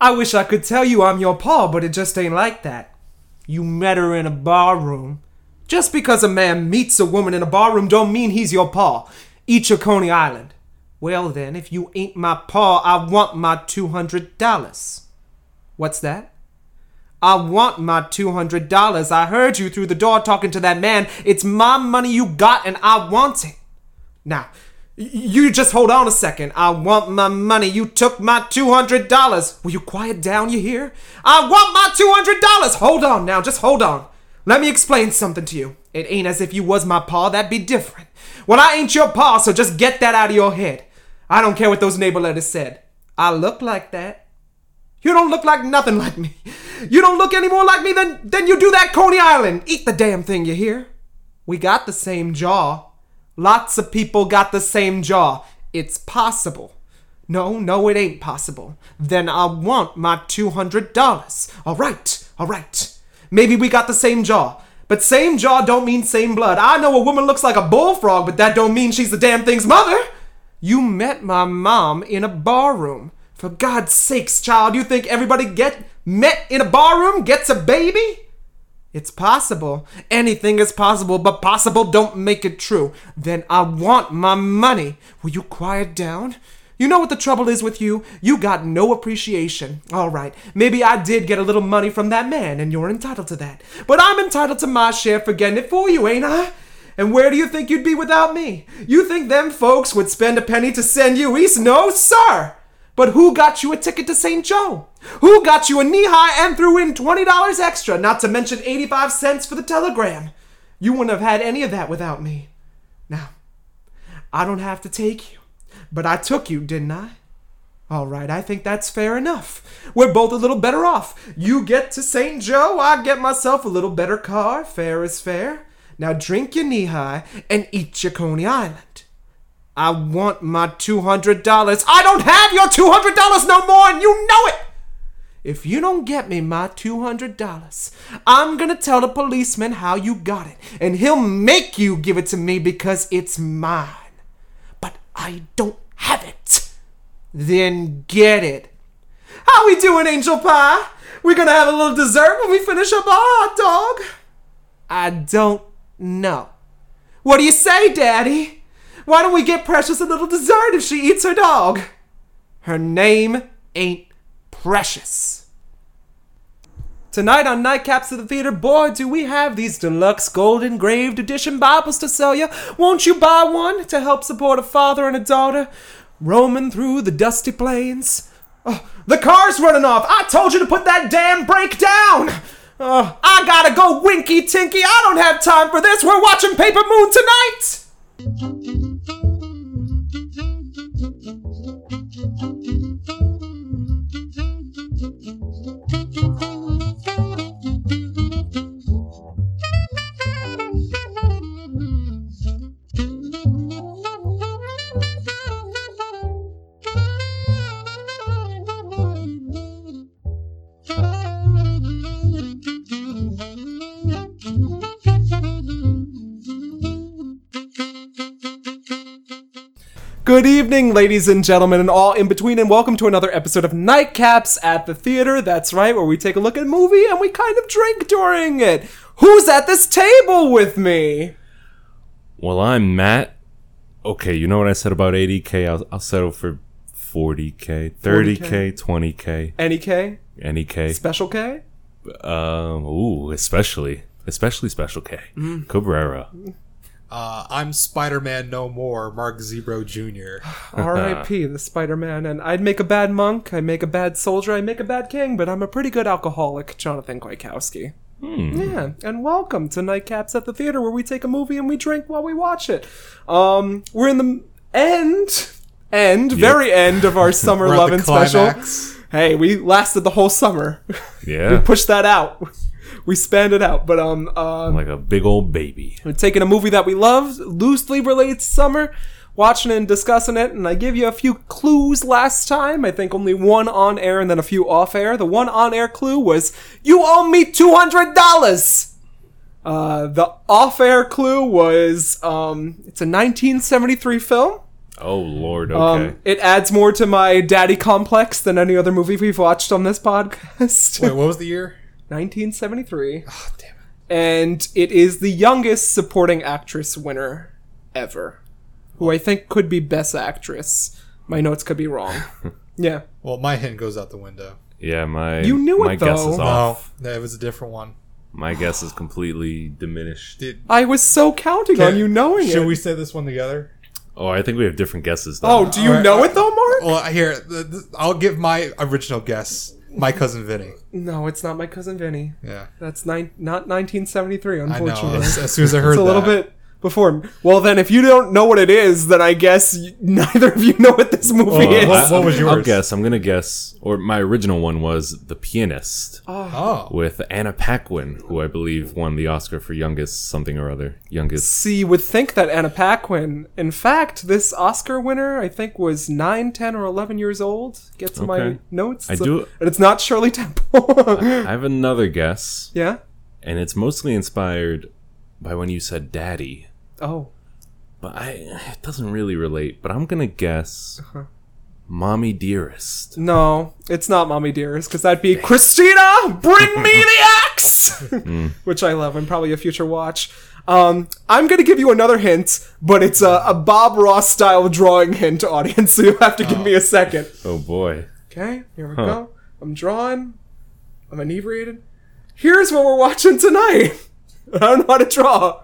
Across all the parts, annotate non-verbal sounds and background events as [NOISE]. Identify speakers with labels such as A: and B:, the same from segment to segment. A: I wish I could tell you I'm your pa, but it just ain't like that. You met her in a barroom. Just because a man meets a woman in a barroom don't mean he's your pa. Eat your Coney Island. Well then, if you ain't my pa, I want my two hundred dollars. What's that? I want my two hundred dollars. I heard you through the door talking to that man. It's my money you got, and I want it. Now, y- you just hold on a second. I want my money. You took my two hundred dollars. Will you quiet down? You hear? I want my two hundred dollars. Hold on now. Just hold on. Let me explain something to you. It ain't as if you was my pa. That'd be different. Well, I ain't your pa, so just get that out of your head. I don't care what those neighbor letters said. I look like that. You don't look like nothing like me. You don't look any more like me than, than you do that Coney Island. Eat the damn thing, you hear? We got the same jaw. Lots of people got the same jaw. It's possible. No, no, it ain't possible. Then I want my $200. All right, all right. Maybe we got the same jaw. But same jaw don't mean same blood. I know a woman looks like a bullfrog, but that don't mean she's the damn thing's mother. You met my mom in a barroom. For God's sakes, child, you think everybody get met in a barroom gets a baby? It's possible. Anything is possible, but possible don't make it true. Then I want my money. Will you quiet down? You know what the trouble is with you? You got no appreciation. All right, maybe I did get a little money from that man, and you're entitled to that. But I'm entitled to my share for getting it for you, ain't I? And where do you think you'd be without me? You think them folks would spend a penny to send you east? No, sir! But who got you a ticket to St. Joe? Who got you a knee high and threw in $20 extra, not to mention 85 cents for the telegram? You wouldn't have had any of that without me. Now, I don't have to take you, but I took you, didn't I? All right, I think that's fair enough. We're both a little better off. You get to St. Joe, I get myself a little better car. Fair is fair. Now drink your knee high and eat your Coney Island. I want my $200. I don't have your $200 no more, and you know it! If you don't get me my $200, I'm gonna tell the policeman how you got it, and he'll make you give it to me because it's mine. But I don't have it. Then get it. How we doing, Angel Pie? We're gonna have a little dessert when we finish up our hot dog. I don't know. What do you say, Daddy? Why don't we get Precious a little dessert if she eats her dog? Her name ain't Precious. Tonight on Nightcaps of the Theater, boy, do we have these deluxe gold engraved edition Bibles to sell you. Won't you buy one to help support a father and a daughter roaming through the dusty plains? Oh, the car's running off. I told you to put that damn brake down. Oh, I gotta go winky tinky. I don't have time for this. We're watching Paper Moon tonight. Good evening, ladies and gentlemen, and all in between, and welcome to another episode of Nightcaps at the Theater. That's right, where we take a look at a movie and we kind of drink during it. Who's at this table with me?
B: Well, I'm Matt. Okay, you know what I said about 80k? I'll, I'll settle for 40k, 30k, 20k,
A: Any K?
B: any k.
A: Special K?
B: Um, ooh, especially, especially special k.
A: Mm.
B: Cabrera.
C: Uh, I'm Spider Man No More, Mark Zebro Jr. [LAUGHS]
A: R.I.P. the Spider Man. And I'd make a bad monk, I make a bad soldier, I make a bad king, but I'm a pretty good alcoholic, Jonathan Kwiatkowski.
C: Hmm.
A: Yeah, and welcome to Nightcaps at the Theater, where we take a movie and we drink while we watch it. Um, we're in the end, end, very end of our summer
C: [LAUGHS] We're at
A: love
C: the
A: and special.
C: climax.
A: Hey, we lasted the whole summer. [LAUGHS] we
B: Yeah,
A: pushed that out. We spanned it out, but um, uh,
B: like a big old baby.
A: we're taking a movie that we love, loosely relates to summer, watching it and discussing it. And I gave you a few clues last time. I think only one on air and then a few off air. The one on air clue was, You owe me $200! Uh, the off air clue was, um, it's a 1973 film.
B: Oh Lord.
A: Um,
B: Okay.
A: It adds more to my daddy complex than any other movie we've watched on this podcast. [LAUGHS]
C: Wait, what was the year? [SIGHS]
A: 1973.
C: Oh, damn it.
A: And it is the youngest supporting actress winner ever, who I think could be Best Actress. My notes could be
C: [LAUGHS]
A: wrong. yeah.
C: Well, my hint goes out the window.
B: yeah. My.
A: You knew
B: My
A: it,
B: guess is
A: though.
B: off.
C: No, it was a different one.
B: My guess is completely diminished.
C: Did,
A: I was so counting on you knowing
C: Should
A: it.
C: we say this one together?
B: Oh, I think we have different guesses. Though. Uh,
A: oh, do you
C: Alright, uh, oh.
A: know
C: alright.
A: it though, Mark?
C: Well, here, th- th- I'll give my original guess. My cousin Vinny.
A: No, it's not my cousin Vinny.
C: Yeah,
A: That's nine, not 1973,
C: I know.
A: unfortunately.
C: As, as soon as I heard
A: It's a little
C: that.
A: bit before. him. Well, then, if you don't know what it is, then I guess y- [LAUGHS] neither of you know what this movie
B: Uh,
A: is.
C: Oh, what- what was
B: I'll- I'll
C: yours?
B: guess. I'm gonna guess, or my original one was The Pianist
C: Oh,
B: with Anna Paquin, who I believe won the Oscar for youngest something or other, youngest.
A: See, you would think that Anna Paquin. In fact, this Oscar winner, I think, was 9, 10, or 11 years old. Get to my
B: Okay.
A: notes.
B: I
A: It's a-
B: do-
A: and it's not Shirley Temple. [LAUGHS]
B: I have another guess,
A: yeah?
B: and it's mostly inspired by when you said "daddy,"
A: Oh.
B: but I it doesn't really relate. But I'm gonna guess,
A: Uh-huh.
B: "Mommy Dearest."
A: No, it's not Mommy Dearest, because that'd be Christina, bring me the axe! [LAUGHS]
B: Hmm.
A: Which I love, and probably a future watch. Um, I'm going to give you another hint, but it's a, a Bob Ross style drawing hint, audience, so you have to give me a second.
B: Oh boy.
A: Okay, here we go. I'm drawing. I'm inebriated. Here's what we're watching tonight. [LAUGHS] I don't know how to draw.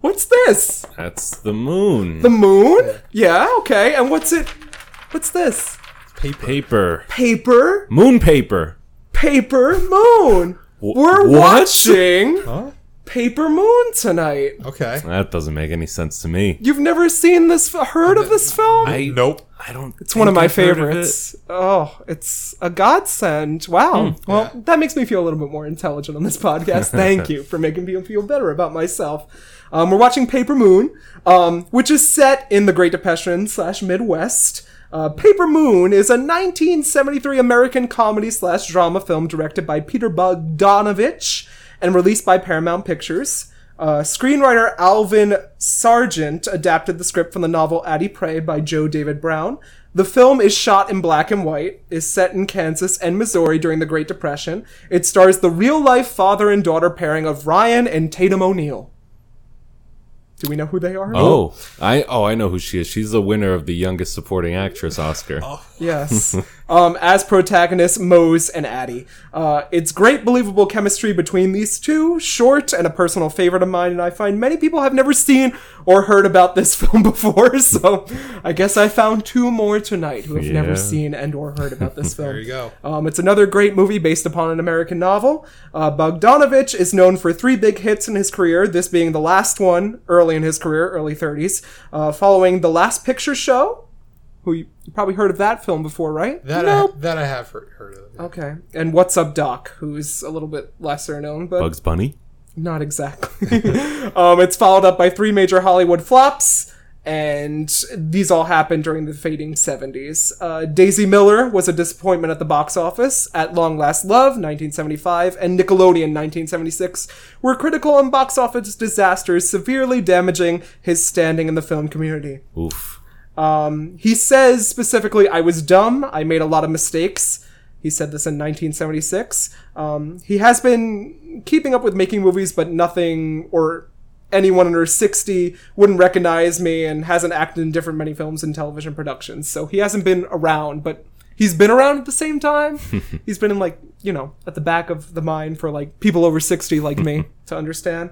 A: What's this?
B: That's the moon.
A: The moon? Yeah, okay. And what's it? What's this?
C: paper.
B: paper.
A: Paper,
B: Moon paper.
A: paper, moon.
B: Wh-
A: We're
B: what?
A: watching
C: Huh?
A: Paper Moon tonight.
C: Okay.
B: That doesn't make any sense to me.
A: You've never seen this, heard of this film?
B: I
C: Nope.
B: I don't.
A: It's one of my favorites. oh, it's a godsend. Wow. well, that makes me feel a little bit more intelligent on this podcast. Thank you for making me feel better about myself. Um, we're watching Paper Moon, um, which is set in the Great Depression slash Midwest. Uh, Paper Moon is a 1973 American comedy slash drama film directed by Peter Bogdanovich and released by Paramount Pictures. Uh, screenwriter Alvin Sargent adapted the script from the novel Addie Prey by Joe David Brown. The film is shot in black and white, is set in Kansas and Missouri during the Great Depression. It stars the real life father and daughter pairing of Ryan and Tatum O'Neill. Do we know who they are?
B: Oh, I oh I know who she is. She's the winner of the youngest supporting actress Oscar.
A: Oh. Yes. um, as protagonists, Mose and Addie. Uh, it's great, believable chemistry between these two. Short and a personal favorite of mine, and I find many people have never seen or heard about this [LAUGHS] film before. So I guess I found two more tonight who have
B: Yeah.
A: never seen and or heard about this film.
C: [LAUGHS] There you go.
A: Um, it's another great movie based upon an American novel. Uh, Bogdanovich is known for three big hits in his career, this being the last one early in his career, early 30s, uh, following The Last Picture Show, who you, you probably heard of that film before, right?
C: That
A: Nope. Oh.
C: I, that I have heard, heard of.
A: Okay. And What's Up Doc, who's a little bit lesser known, but
B: Bugs Bunny.
A: not exactly. [LAUGHS] um, it's followed up by three major Hollywood flops, and these all happened during the fading 70s. Uh, Daisy Miller was a disappointment at the box office. At Long Last Love, 1975, and Nickelodeon, 1976, were critical and box office disasters, severely damaging his standing in the film community.
B: Oof.
A: He says specifically, I was dumb. I made a lot of mistakes. He said this in 1976. Um, he has been keeping up with making movies, but nothing or anyone under 60 wouldn't recognize me and hasn't acted in different many films and television productions. So he hasn't been around, but he's been around at the same time. he's been in, like, you know, at the back of the mind for, like, people over 60 like me to understand.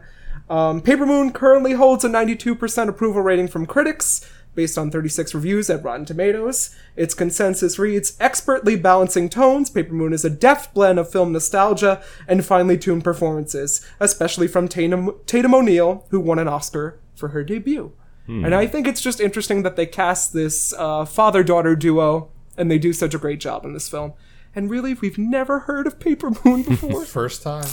A: Um, Paper Moon currently holds a 92% approval rating from critics, based on 36 reviews at Rotten Tomatoes. Its consensus reads expertly balancing tones, Paper Moon is a deft blend of film nostalgia and finely tuned performances, especially from Tatum, Tatum O'Neill, who won an Oscar for her debut. And I think it's just interesting that they cast this uh, father daughter duo, and they do such a great job in this film. And really, we've never heard of Paper Moon
C: [LAUGHS]
A: before.
C: First time.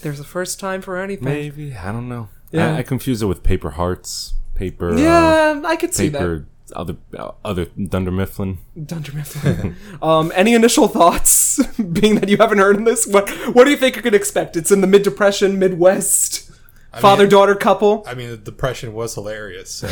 A: There's a first time for anything.
B: Maybe I don't know.
A: Yeah.
B: I, I confuse it with Paper Hearts. Paper. Uh,
A: Yeah, I could see that.
B: paper. Other uh, other Dunder Mifflin.
A: Dunder Mifflin. [LAUGHS] um, any initial thoughts, [LAUGHS] being that you haven't heard of this? What What do you think you could expect? It's in the Mid Depression, Midwest.
C: I mean-
A: Father daughter couple.
C: I mean, the depression was hilarious. So.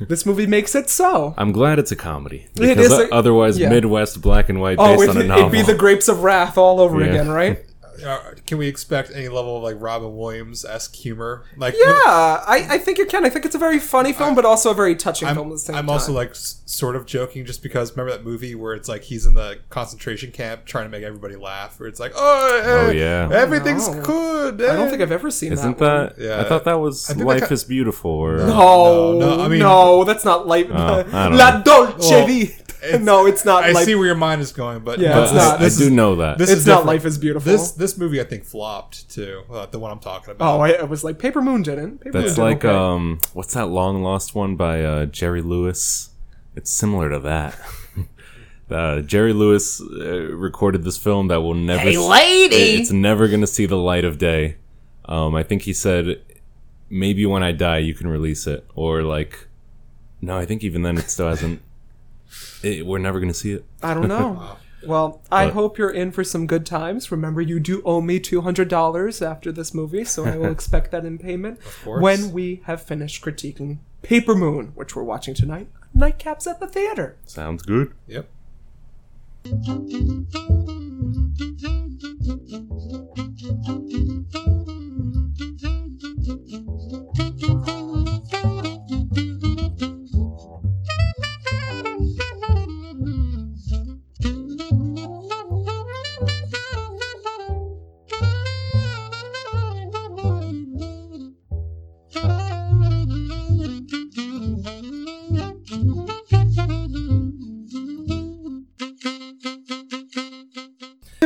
A: This movie makes it so.
B: I'm glad it's a comedy
A: It
B: because
A: is a-
B: o- otherwise,
A: yeah.
B: Midwest black and white
A: Oh,
B: based
A: it,
B: on a novel.
A: it'd be the grapes of wrath all over
B: Yeah.
A: again,
B: [LAUGHS]
A: right?
C: Uh, Can we expect any level of like Robin Williams esque humor? Like,
A: Yeah, I, I think you can. I think it's a very funny film, but also a very touching
C: I'm,
A: film at the same
C: I'm
A: time.
C: also like s- sort of joking just because remember that movie where it's like he's in the concentration camp trying to make everybody laugh, where it's like, oh, eh,
B: yeah.
C: everything's
A: No.
C: good.
A: I don't
C: eh."
A: think I've ever seen
B: [LAUGHS] Isn't
A: that. one.
B: that?
C: Yeah.
B: I thought that was
C: I think
B: Life
C: that ki-
B: is Beautiful. Or,
A: No,
C: No,
A: no,
C: no, I mean-
A: that's not light.
B: Oh,
A: [LAUGHS]
B: I don't
A: La
B: know.
A: Dolce
C: Well,
A: Vita. [LAUGHS] No, it's not.
C: I
A: like,
C: see where your mind is going, but
A: Yeah,
C: but
A: it's
B: I-
C: this-
A: not.
B: I,
C: This
B: do
C: is,
B: know that.
C: this
A: it's
C: is
A: not
C: different.
A: Life is Beautiful.
C: This this movie I think flopped too. Uh, the one I'm talking about.
A: oh, I, I was like Paper Moon didn't. Paper Moon
B: That's
A: did
B: like
A: okay.
B: um, what's that long lost one by uh, Jerry Lewis? It's similar to that. [LAUGHS] uh, Jerry Lewis uh, recorded this film that will never. Hey, lady! it's never gonna see the light of day. Um, I think he said, maybe when I die you can release it, or like, no, I think even then it still hasn't. It, we're never gonna see it.
A: I don't know. Well, I
B: But-
A: hope you're in for some good times. Remember, you do owe me two hundred dollars after this movie, so I will expect that in payment
C: course.
A: when we have finished critiquing Paper Moon, which we're watching tonight. Nightcaps at the theater.
B: Sounds good.
C: yep.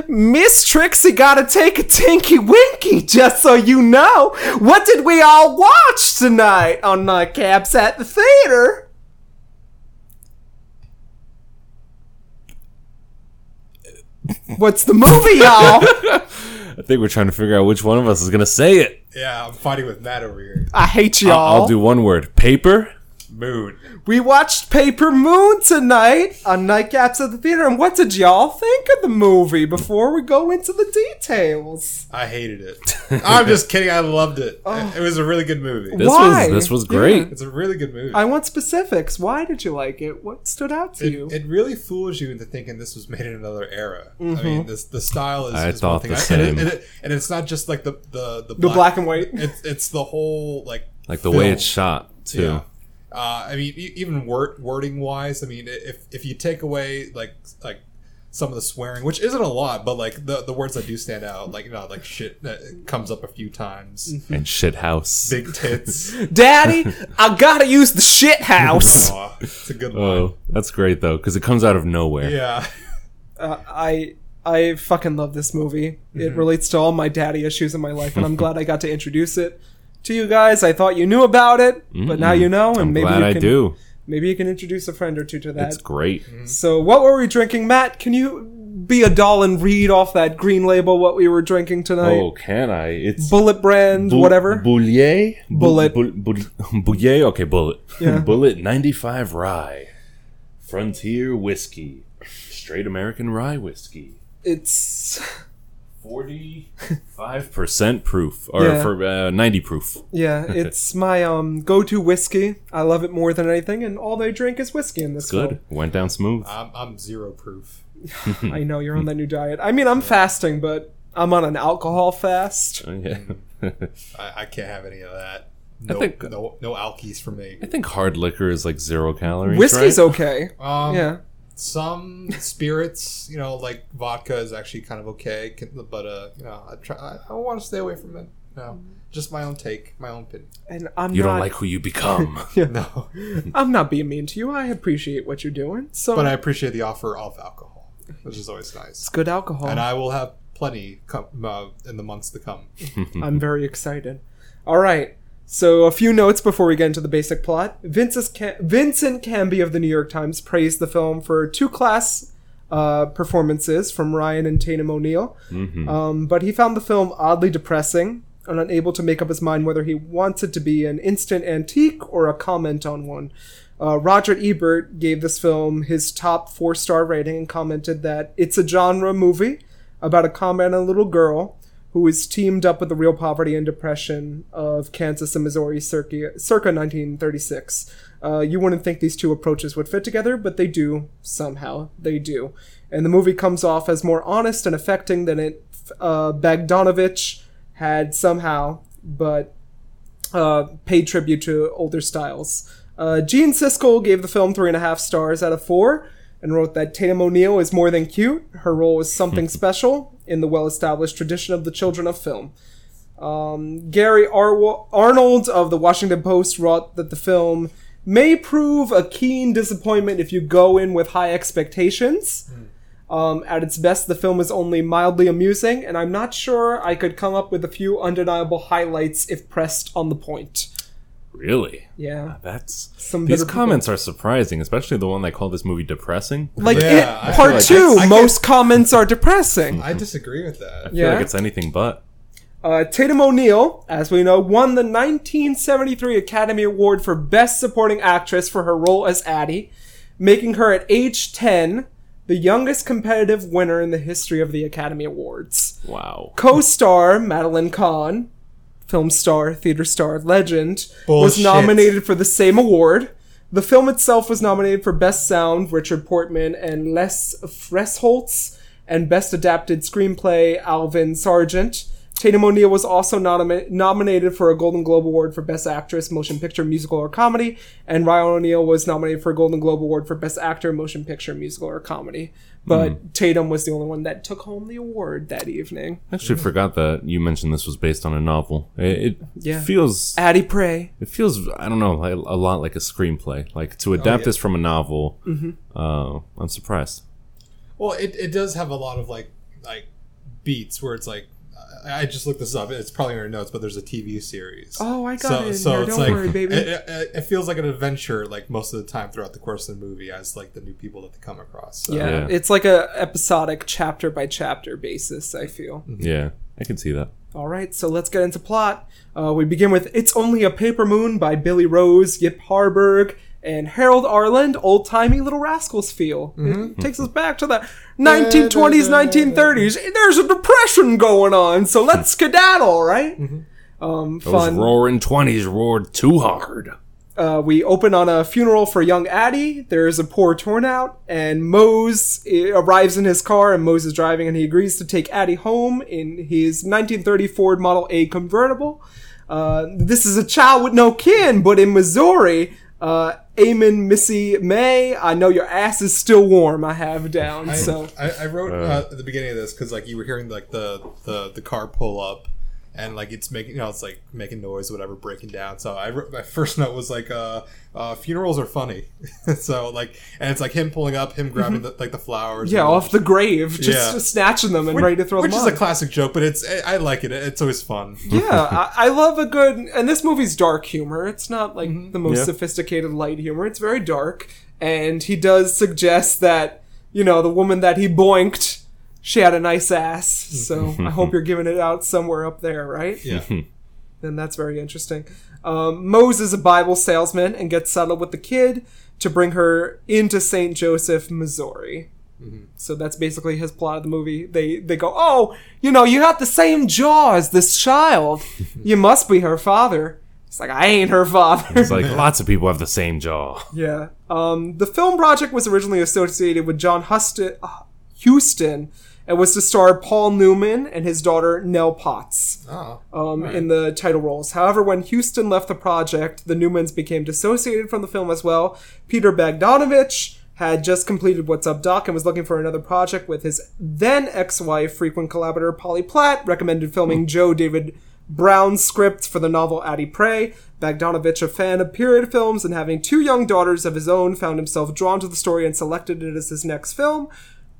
A: Miss Trixie gotta take a tinky winky, just so you know. What did we all watch tonight on Nightcaps at the theater? What's the movie, y'all?
B: I think we're trying to figure out which one of us is gonna say it.
C: Yeah, I'm fighting with Matt over here.
A: I hate y'all.
B: I'll do one word: paper.
C: Moon.
A: We watched Paper Moon tonight on Nightcaps at the theater, and what did y'all think of the movie before we go into the details?
C: I
B: [LAUGHS]
C: hated it. I'm just kidding. I loved it.
A: Oh.
C: It was a really good movie.
B: This
A: Why?
B: was this was
A: Yeah.
B: great.
C: It's a really good movie.
A: I want specifics. Why did you like it? What stood out to
C: it,
A: you?
C: it really fools you into thinking this was made in another era. I
A: Mm-hmm.
C: mean, this the style is.
B: I
C: is
B: thought
C: one thing.
B: the
C: I-
B: same.
C: and, it, and, it- and it's not just like the the the
A: the black and white.
C: It's it's the whole like
B: like the way
C: film.
B: it's shot too.
C: Yeah. Uh, I mean, e- even word, wording wise, I mean, if if you take away like like some of the swearing, which isn't a lot, but like the the words that do stand out, like you know, like shit that comes up a few times,
A: Mm.
B: And shit house. [LAUGHS]
C: big tits.
A: Daddy, I gotta use the shit house.
C: Aw, it's a good one.
B: oh, that's great though, because it comes out of nowhere.
C: Yeah.
A: uh, I I fucking love this movie.
C: Mhm.
A: It relates to all my daddy issues in my life,
B: [LAUGHS]
A: and I'm glad I got to introduce it to you guys. I thought you knew about it, but now you know, and
B: I'm
A: maybe
B: glad
A: you
B: I
A: can,
B: do.
A: Maybe you can introduce a friend or two to that.
B: It's great.
A: So, what were we drinking, Matt? Can you be a doll and read off that green label what we were drinking tonight?
B: Oh, can I? It's
A: Bullet brand,
B: Bu-
A: whatever.
B: Boulier, Bu-
A: Bullet.
B: Bu- Bu- Boulier. Okay, bullet.
A: Yeah.
B: [LAUGHS] Bullet ninety five rye, frontier whiskey, straight American rye whiskey.
A: it's [LAUGHS]
B: Forty five percent proof, or
A: Yeah.
B: for uh, ninety proof.
A: yeah, it's my um go-to whiskey. I love it more than anything, and all they drink is whiskey in this.
B: Good. Went down smooth.
A: Ah.
B: [LAUGHS]
C: I'm, I'm zero proof.
B: Hmm.
A: film. I know you're on that new diet. I mean, I'm fasting, but I'm on an alcohol fast.
B: Okay.
C: I, I can't have any of that. No,
B: think-
C: no, no alkies
A: [LAUGHS]
C: for me.
B: I think hard liquor is like zero calories.
A: Whiskey's
B: right?
A: okay.
C: [LAUGHS] Um,
A: Yeah.
C: Some spirits, you know, like vodka is actually kind of okay, can- but uh, you know, I try. I, I want to stay away from it. No,
A: Mm.
C: just my own take, my own opinion.
A: And I'm
B: You
A: not
B: don't like who you
A: [LAUGHS]
B: become.
C: [LAUGHS] No,
A: I'm not being mean to you. I appreciate what you're doing. So
C: but I appreciate the offer of alcohol, which is always nice,
A: it's good alcohol.
C: and I will have plenty come, uh, in the months
A: [LAUGHS]
C: to come.
A: I'm very excited. All right. So a few notes before we get into the basic plot. Vince's Ca- Vincent Canby of the New York Times praised the film for two class uh, performances from Ryan and Tatum O'Neill, um, but he found the film oddly depressing and unable to make up his mind whether he wants it to be an instant antique or a comment on one. Uh, Roger Ebert gave this film his top four star rating and commented that it's a genre movie about a comment on a little girl who is teamed up with the Real Poverty and Depression of Kansas and Missouri circa, circa 1936. Uh, you wouldn't think these two approaches would fit together, but they do somehow. They do. And the movie comes off as more honest and affecting than it uh, Bogdanovich had somehow, but uh, paid tribute to older styles. Uh, Gene Siskel gave the film three and a half stars out of four and wrote that Tatum O'Neill is more than cute. Her role is something special in the well established tradition of the children of film. Um, Gary Ar- Arnold of the Washington Post wrote that the film may prove a keen disappointment if you go in with high expectations. Um, at its best, the film is only mildly amusing, and I'm not sure I could come up with a few undeniable highlights if pressed on the point.
B: Really? Ah,
A: Yeah.
B: That's
A: Some
B: these
A: bitter
B: comments are surprising, especially the one that called this
A: [LAUGHS]
B: movie depressing. I
A: Like
C: Yeah, I
A: it,
C: feel
A: part
C: like
A: two,
C: that's- I
A: most comments are depressing.
C: I disagree with that.
B: feel
A: Yeah.
B: like it's anything but.
A: Uh, Tatum O'Neill, as we know, won the 1973 Academy Award for Best Supporting Actress for her role as Addie, making her at age 10 the youngest competitive winner in the history of the Academy Awards.
B: Wow.
A: Co-star Madeline Kahn, film star, theater star, legend, was
C: Bullshit.
A: nominated for the same award. The film itself was nominated for Best Sound, Richard Portman and Les Fressholtz, and Best Adapted Screenplay, Alvin Sargent. Tatum O'Neill was also nomi- nominated for a Golden Globe Award for Best Actress, Motion Picture, Musical, or Comedy, and Ryan O'Neill was nominated for a Golden Globe Award for Best Actor, Motion Picture, Musical, or Comedy. But Tatum was the only one that took home the award that evening.
B: I actually forgot that you mentioned this was based on a novel. It, it
A: Yeah.
B: feels
A: Addie Prey.
B: it feels I don't know like, a lot like a screenplay. Like
A: Oh,
B: to adapt this from a novel.
A: Mm-hmm.
B: Uh, I'm surprised.
C: Well, it, it does have a lot of like like beats where it's like I, I just looked this up. It's probably in our notes, but there's a TV series.
A: Oh, I got
C: so,
A: it in
C: so
A: there.
C: it's
A: Don't
C: like,
A: worry, baby.
C: It, it, it feels like an adventure, like most of the time throughout the course of the movie, as like the new people that they come across. So.
A: Yeah.
B: Yeah.
A: It's like a episodic chapter by chapter basis, I feel.
B: Yeah, I can see that.
A: All right, so let's get into plot. Uh, we begin with It's Only a Paper Moon by Billy Rose, Yip Harburg, and Harold Arland, old timey little rascals feel. It takes us back to the 1920s, 1930s. There's a depression going on, so let's skedaddle, right? Um,
B: Those
A: fun.
B: roaring twenties roared too hard.
A: Uh, we open on a funeral for young Addie. There is a poor turnout, and Mose eh, arrives in his car, and Mose is driving, and he agrees to take Addie home in his 1930 Ford Model A convertible. Uh, this is a child with no kin, but in Missouri, uh, Amen Missy May, I know your ass is still warm. I have down,
C: I,
A: so
C: I, I wrote uh, at the beginning of this because like you were hearing like the, the the car pull up and like it's making you know it's like making noise whatever breaking down so i wrote my first note was like uh, uh funerals are funny [LAUGHS] so like and it's like him pulling up him grabbing the, like the flowers
A: Mm-hmm. yeah,
C: and-
A: off the grave, just,
C: Yeah.
A: just snatching them and ready to throw
C: which
A: them
C: is
A: on.
C: a classic joke but it's i, I like it it's
A: [LAUGHS]
C: always fun
A: yeah, I, I love a good, and this movie's dark humor. It's not like the most
B: Yeah.
A: sophisticated light humor. It's very dark, and he does suggest that you know the woman that he boinked, she had a nice ass. So I hope you're giving it out somewhere up there, right?
C: yeah
A: Then that's very interesting. Um, Mose is a Bible salesman and gets settled with the kid to bring her into St. Joseph, Missouri. So that's basically his plot of the movie. They they go, oh, you know, you have the same jaw as this child. You must be her father. It's like I ain't her father.
B: [LAUGHS]
A: [LAUGHS]
B: It's like lots of people have the same jaw.
A: yeah. Um, the film project was originally associated with John Huston, uh, Houston, and was to star Paul Newman and his daughter Nell Potts
C: oh
A: um, in the title roles. However, when Houston left the project, the Newmans became dissociated from the film as well. Peter Bogdanovich had just completed What's Up Doc and was looking for another project with his then ex-wife, frequent collaborator Polly Platt, recommended filming Joe David Brown's script for the novel Addie Prey. Bogdanovich, a fan of period films and having two young daughters of his own, found himself drawn to the story and selected it as his next film.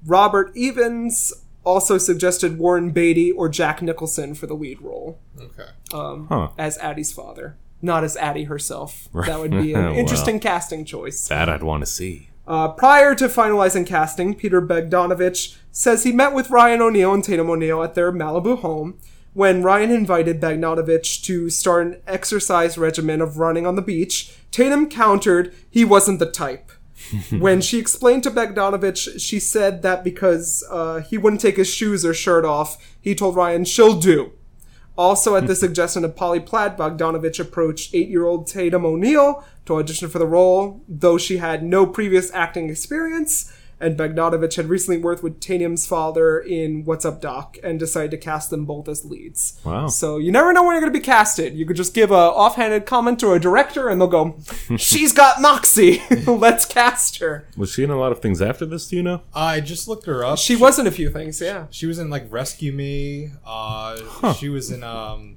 A: Robert Evans also suggested Warren Beatty or Jack Nicholson for the lead role
C: okay
B: Huh.
A: as Addie's father, not as Addie
B: [LAUGHS]
A: herself. That would be an
B: Wow.
A: interesting casting choice.
B: That I'd want to see.
A: Uh, prior to finalizing casting, Peter Bogdanovich says he met with Ryan O'Neal and Tatum O'Neal at their Malibu home when Ryan invited Bogdanovich to start
B: [LAUGHS]
A: an exercise regimen of running on the beach. Tatum countered he wasn't the type. when she explained to Bogdanovich, she said that because uh, he wouldn't take his shoes or shirt off, he told Ryan, she'll do. Also, at the suggestion of Polly Platt, Bogdanovich approached eight year old Tatum O'Neill to audition for the role, though she had no previous acting experience. And Bogdanovich had recently worked with Tatum's father in What's Up Doc and decided to cast them both as leads.
B: Wow.
A: So you never know when you're going to be casted. You could just give a offhanded comment to a director and they'll go, She's got Moxie. [LAUGHS] Let's cast her.
B: Was she in a lot of things after this? Do you know?
C: I just looked her up.
A: She was in a few things, yeah.
C: She was in like Rescue Me. Uh, She was in um,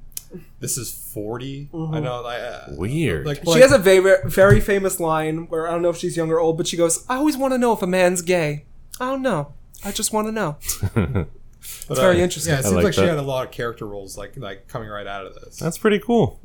C: This Is 40 I know. I, uh,
B: Weird.
C: Like,
A: Mm-hmm. She has a very, very famous line where I don't know if she's young or old, but she goes, I always want to know if a man's gay. I don't know. I just want to know.
C: it's
A: very interesting.
C: uh, Yeah,
A: I
C: it seems
B: like
C: like, she
B: that.
C: had a lot of character roles, like like coming right out of this.
B: That's pretty cool.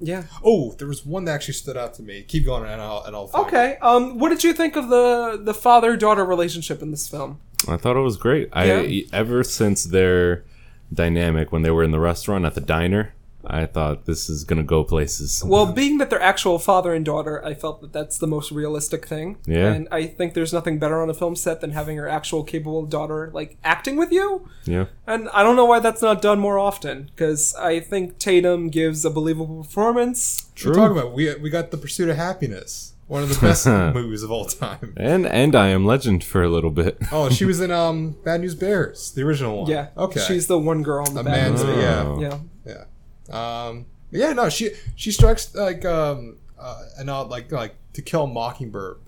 A: Yeah.
C: oh, there was one that actually stood out to me. Keep going, and I'll and I'll. Find it.
A: Okay. Um, what did you think of the the father daughter relationship in this film?
B: I thought it was great.
A: Yeah.
B: I e, ever since their dynamic when they were in the restaurant at the diner, I thought this is gonna go places.
A: Well, being that they're actual father and daughter, I felt that that's the most realistic thing.
B: Yeah.
A: And I think there's nothing better on a film set than having your actual capable daughter like acting with you.
B: yeah,
A: And I don't know why that's not done more often because I think Tatum gives a believable performance.
C: We're talking about we we got the Pursuit of Happiness, one of the
A: [LAUGHS]
C: best movies of all time.
B: And and I am Legend for a little bit. [LAUGHS]
C: Oh, she was in um Bad News Bears, the original one.
A: Yeah.
C: Okay.
A: She's the one girl in the
C: a
A: back.
C: man's yeah.
B: Oh.
A: Yeah.
C: Yeah. Um, but yeah, no, she she strikes like um uh, an odd like like to kill a mockingbird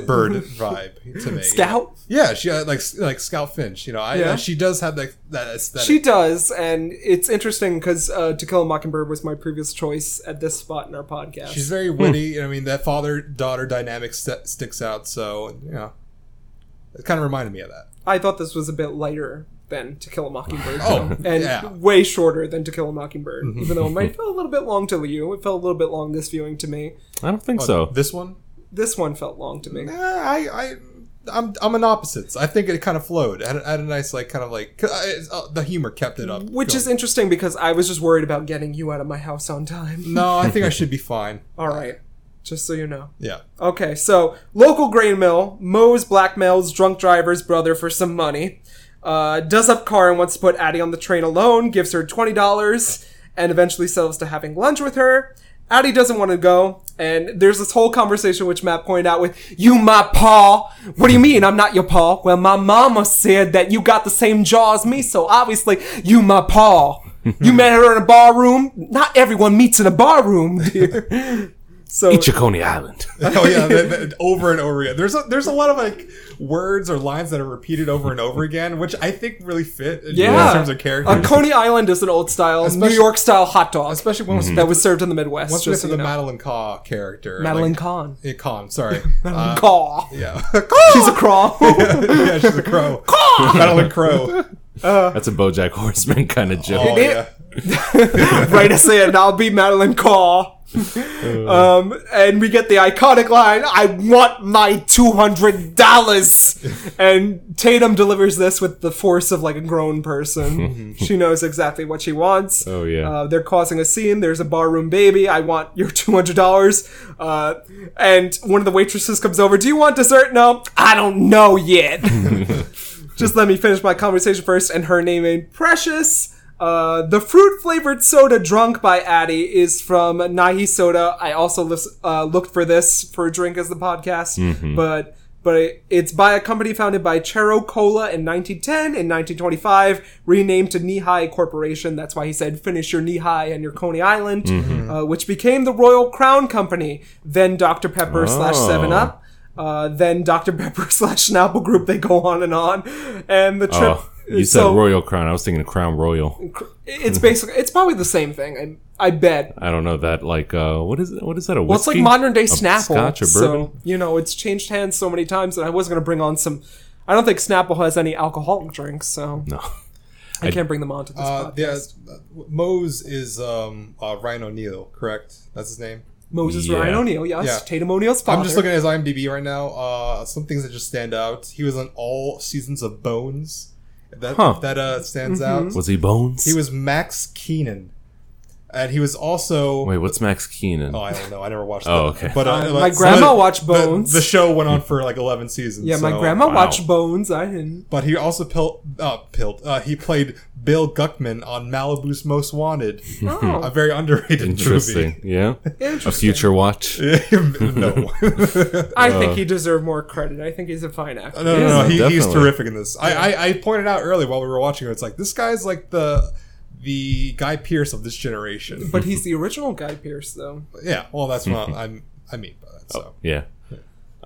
A: [LAUGHS]
C: bird vibe to me.
A: Scout.
C: Yeah, she uh, like like Scout Finch. You know, I,
A: Yeah.
C: she does have that that aesthetic.
A: She does, and it's interesting because uh, To Kill a Mockingbird was my previous choice at this spot in our podcast.
C: She's very witty. and I mean, that father daughter dynamic st- sticks out. So you know, it kind of reminded me of that.
A: I thought this was a bit lighter than To Kill a Mockingbird,
C: Oh, [LAUGHS]
A: though, and
C: yeah. Mm-hmm.
A: way shorter than To Kill a Mockingbird. Even though it
C: [LAUGHS]
A: might feel a little bit long to you, it felt a little bit long this viewing to me.
B: I don't think so.
C: this one,
A: This one felt long to me.
C: eh, I I. I'm, I'm an opposites. I think it kind of flowed. I had, I had a nice like kind of like 'cause I, it's, uh, the humor kept it up.
A: Which is interesting because I was just worried about getting you out of my house on time.
C: no, I think I should be fine.
A: [LAUGHS] All right, just so you know.
C: Yeah.
A: Okay, so local grain mill, Mose blackmails drunk driver's brother for some money, uh, does up car and wants to put Addie on the train alone, gives her $20, and eventually settles to having lunch with her. Addie doesn't want to go, and there's this whole conversation which Matt pointed out with, You my paw! What do you mean I'm not your paw? Well, my mama said that you got the same jaw as me, so obviously, you my paw. you met her in a bar room? Not everyone meets in a bar room, dear. So,
B: Eat your Coney
C: [LAUGHS]
B: Island.
C: oh yeah, that, that- over and over again. There's a, there's a lot of like words or lines that are repeated over and over again, which I think really fit in
A: Yeah.
C: terms of
A: A
C: characters.
A: Coney Island is an old style New York style hot dog,
C: especially when
A: that was served in the Midwest.
C: once we get
A: just
C: to
A: so
C: the
A: you know.
C: Madeline Caw character,
A: Madeline
C: like,
A: Kahn.
C: yeah, Kahn, sorry, uh,
A: Caw.
C: yeah,
A: She's a [LAUGHS] crawl.
C: [LAUGHS] yeah, she's a crow, [LAUGHS] Madeline Crow.
B: That's a BoJack Horseman [LAUGHS] kind of joke.
C: Oh yeah,
A: [LAUGHS] Write us in. I'll be Madeline Caw.
B: Uh.
A: um, and we get the iconic line, I want my $200. and Tatum delivers this with the force of like a grown person.
B: [LAUGHS]
A: she knows exactly what she wants.
B: Oh, yeah.
A: Uh, they're causing a scene. There's a barroom baby. I want your $200. Uh, and one of the waitresses comes over. Do you want dessert? No, I don't know yet. Just let me finish my conversation first. And her name ain't Precious. Uh, the fruit flavored soda drunk by Addie is from Nahi Soda. I also lis- uh, looked for this for a drink as the podcast, but but it's by a company founded by Chero Cola in 1910 and 1925, renamed to Nihai Corporation. That's why he said finish your Nihai and your Coney Island, uh, which became the Royal Crown Company, then Dr Pepper slash
B: Oh.
A: Seven Up. Uh, then Dr. Pepper [LAUGHS] slash Snapple Group, they go on and on. And the trip.
B: Oh, you said
A: so-
B: Royal Crown. I was thinking of Crown Royal.
A: it's basically it's probably the same thing. I I bet.
B: I don't know that. Like, uh, what is what is that? A
A: Well, it's
B: whiskey?
A: like modern day
B: A
A: Snapple.
B: Scotch or
A: So
B: bourbon?
A: you know it's changed hands so many times, and I was gonna bring on some. I don't think Snapple has any alcoholic drinks, so
B: no.
A: I, can't bring them onto this
C: uh,
A: podcast.
C: yeah. Mose is um, uh, Ryan O'Neill, correct? That's his name.
A: Moses
B: Yeah.
A: Ryan O'Neill, yes,
C: Yeah.
A: Tatum O'Neill's father.
C: I'm just looking at his IMDb right now. Uh, some things that just stand out. He was on all seasons of Bones. If that
B: Huh.
A: Mm-hmm.
C: if that uh, stands out.
B: Was he Bones?
C: He was Max Keenan. and he was also
B: Wait, what's Max Keenan?
C: Oh, I don't know. I never watched.
B: Oh,
C: that.
B: okay.
C: But
A: Uh,
C: uh,
A: my
C: so
A: grandma
C: the-
A: watched
C: the-
A: Bones.
C: The, show went on for like eleven seasons.
A: Yeah, my
C: so-
A: grandma
B: wow.
A: watched Bones. I didn't.
C: But he also pil- uh, pilled. Uh, he played Bill Guckman on Malibu's Most Wanted, a
A: Oh,
C: very underrated
B: Interesting.
C: [LAUGHS] movie.
B: Yeah. A
A: interesting.
B: future uh, watch. [LAUGHS]
C: [LAUGHS] no.
A: I think he deserved more credit. I think he's a fine actor.
C: No, no, no.
B: Yeah,
C: He, he's
B: definitely.
C: terrific in this. I, I, I pointed out earlier while we were watching it. It's like this guy's like the the Guy Pierce of this generation.
A: But he's the original Guy Pierce, though.
C: yeah. Well, that's
B: [LAUGHS]
C: what I'm. I mean by that. So.
B: Yeah.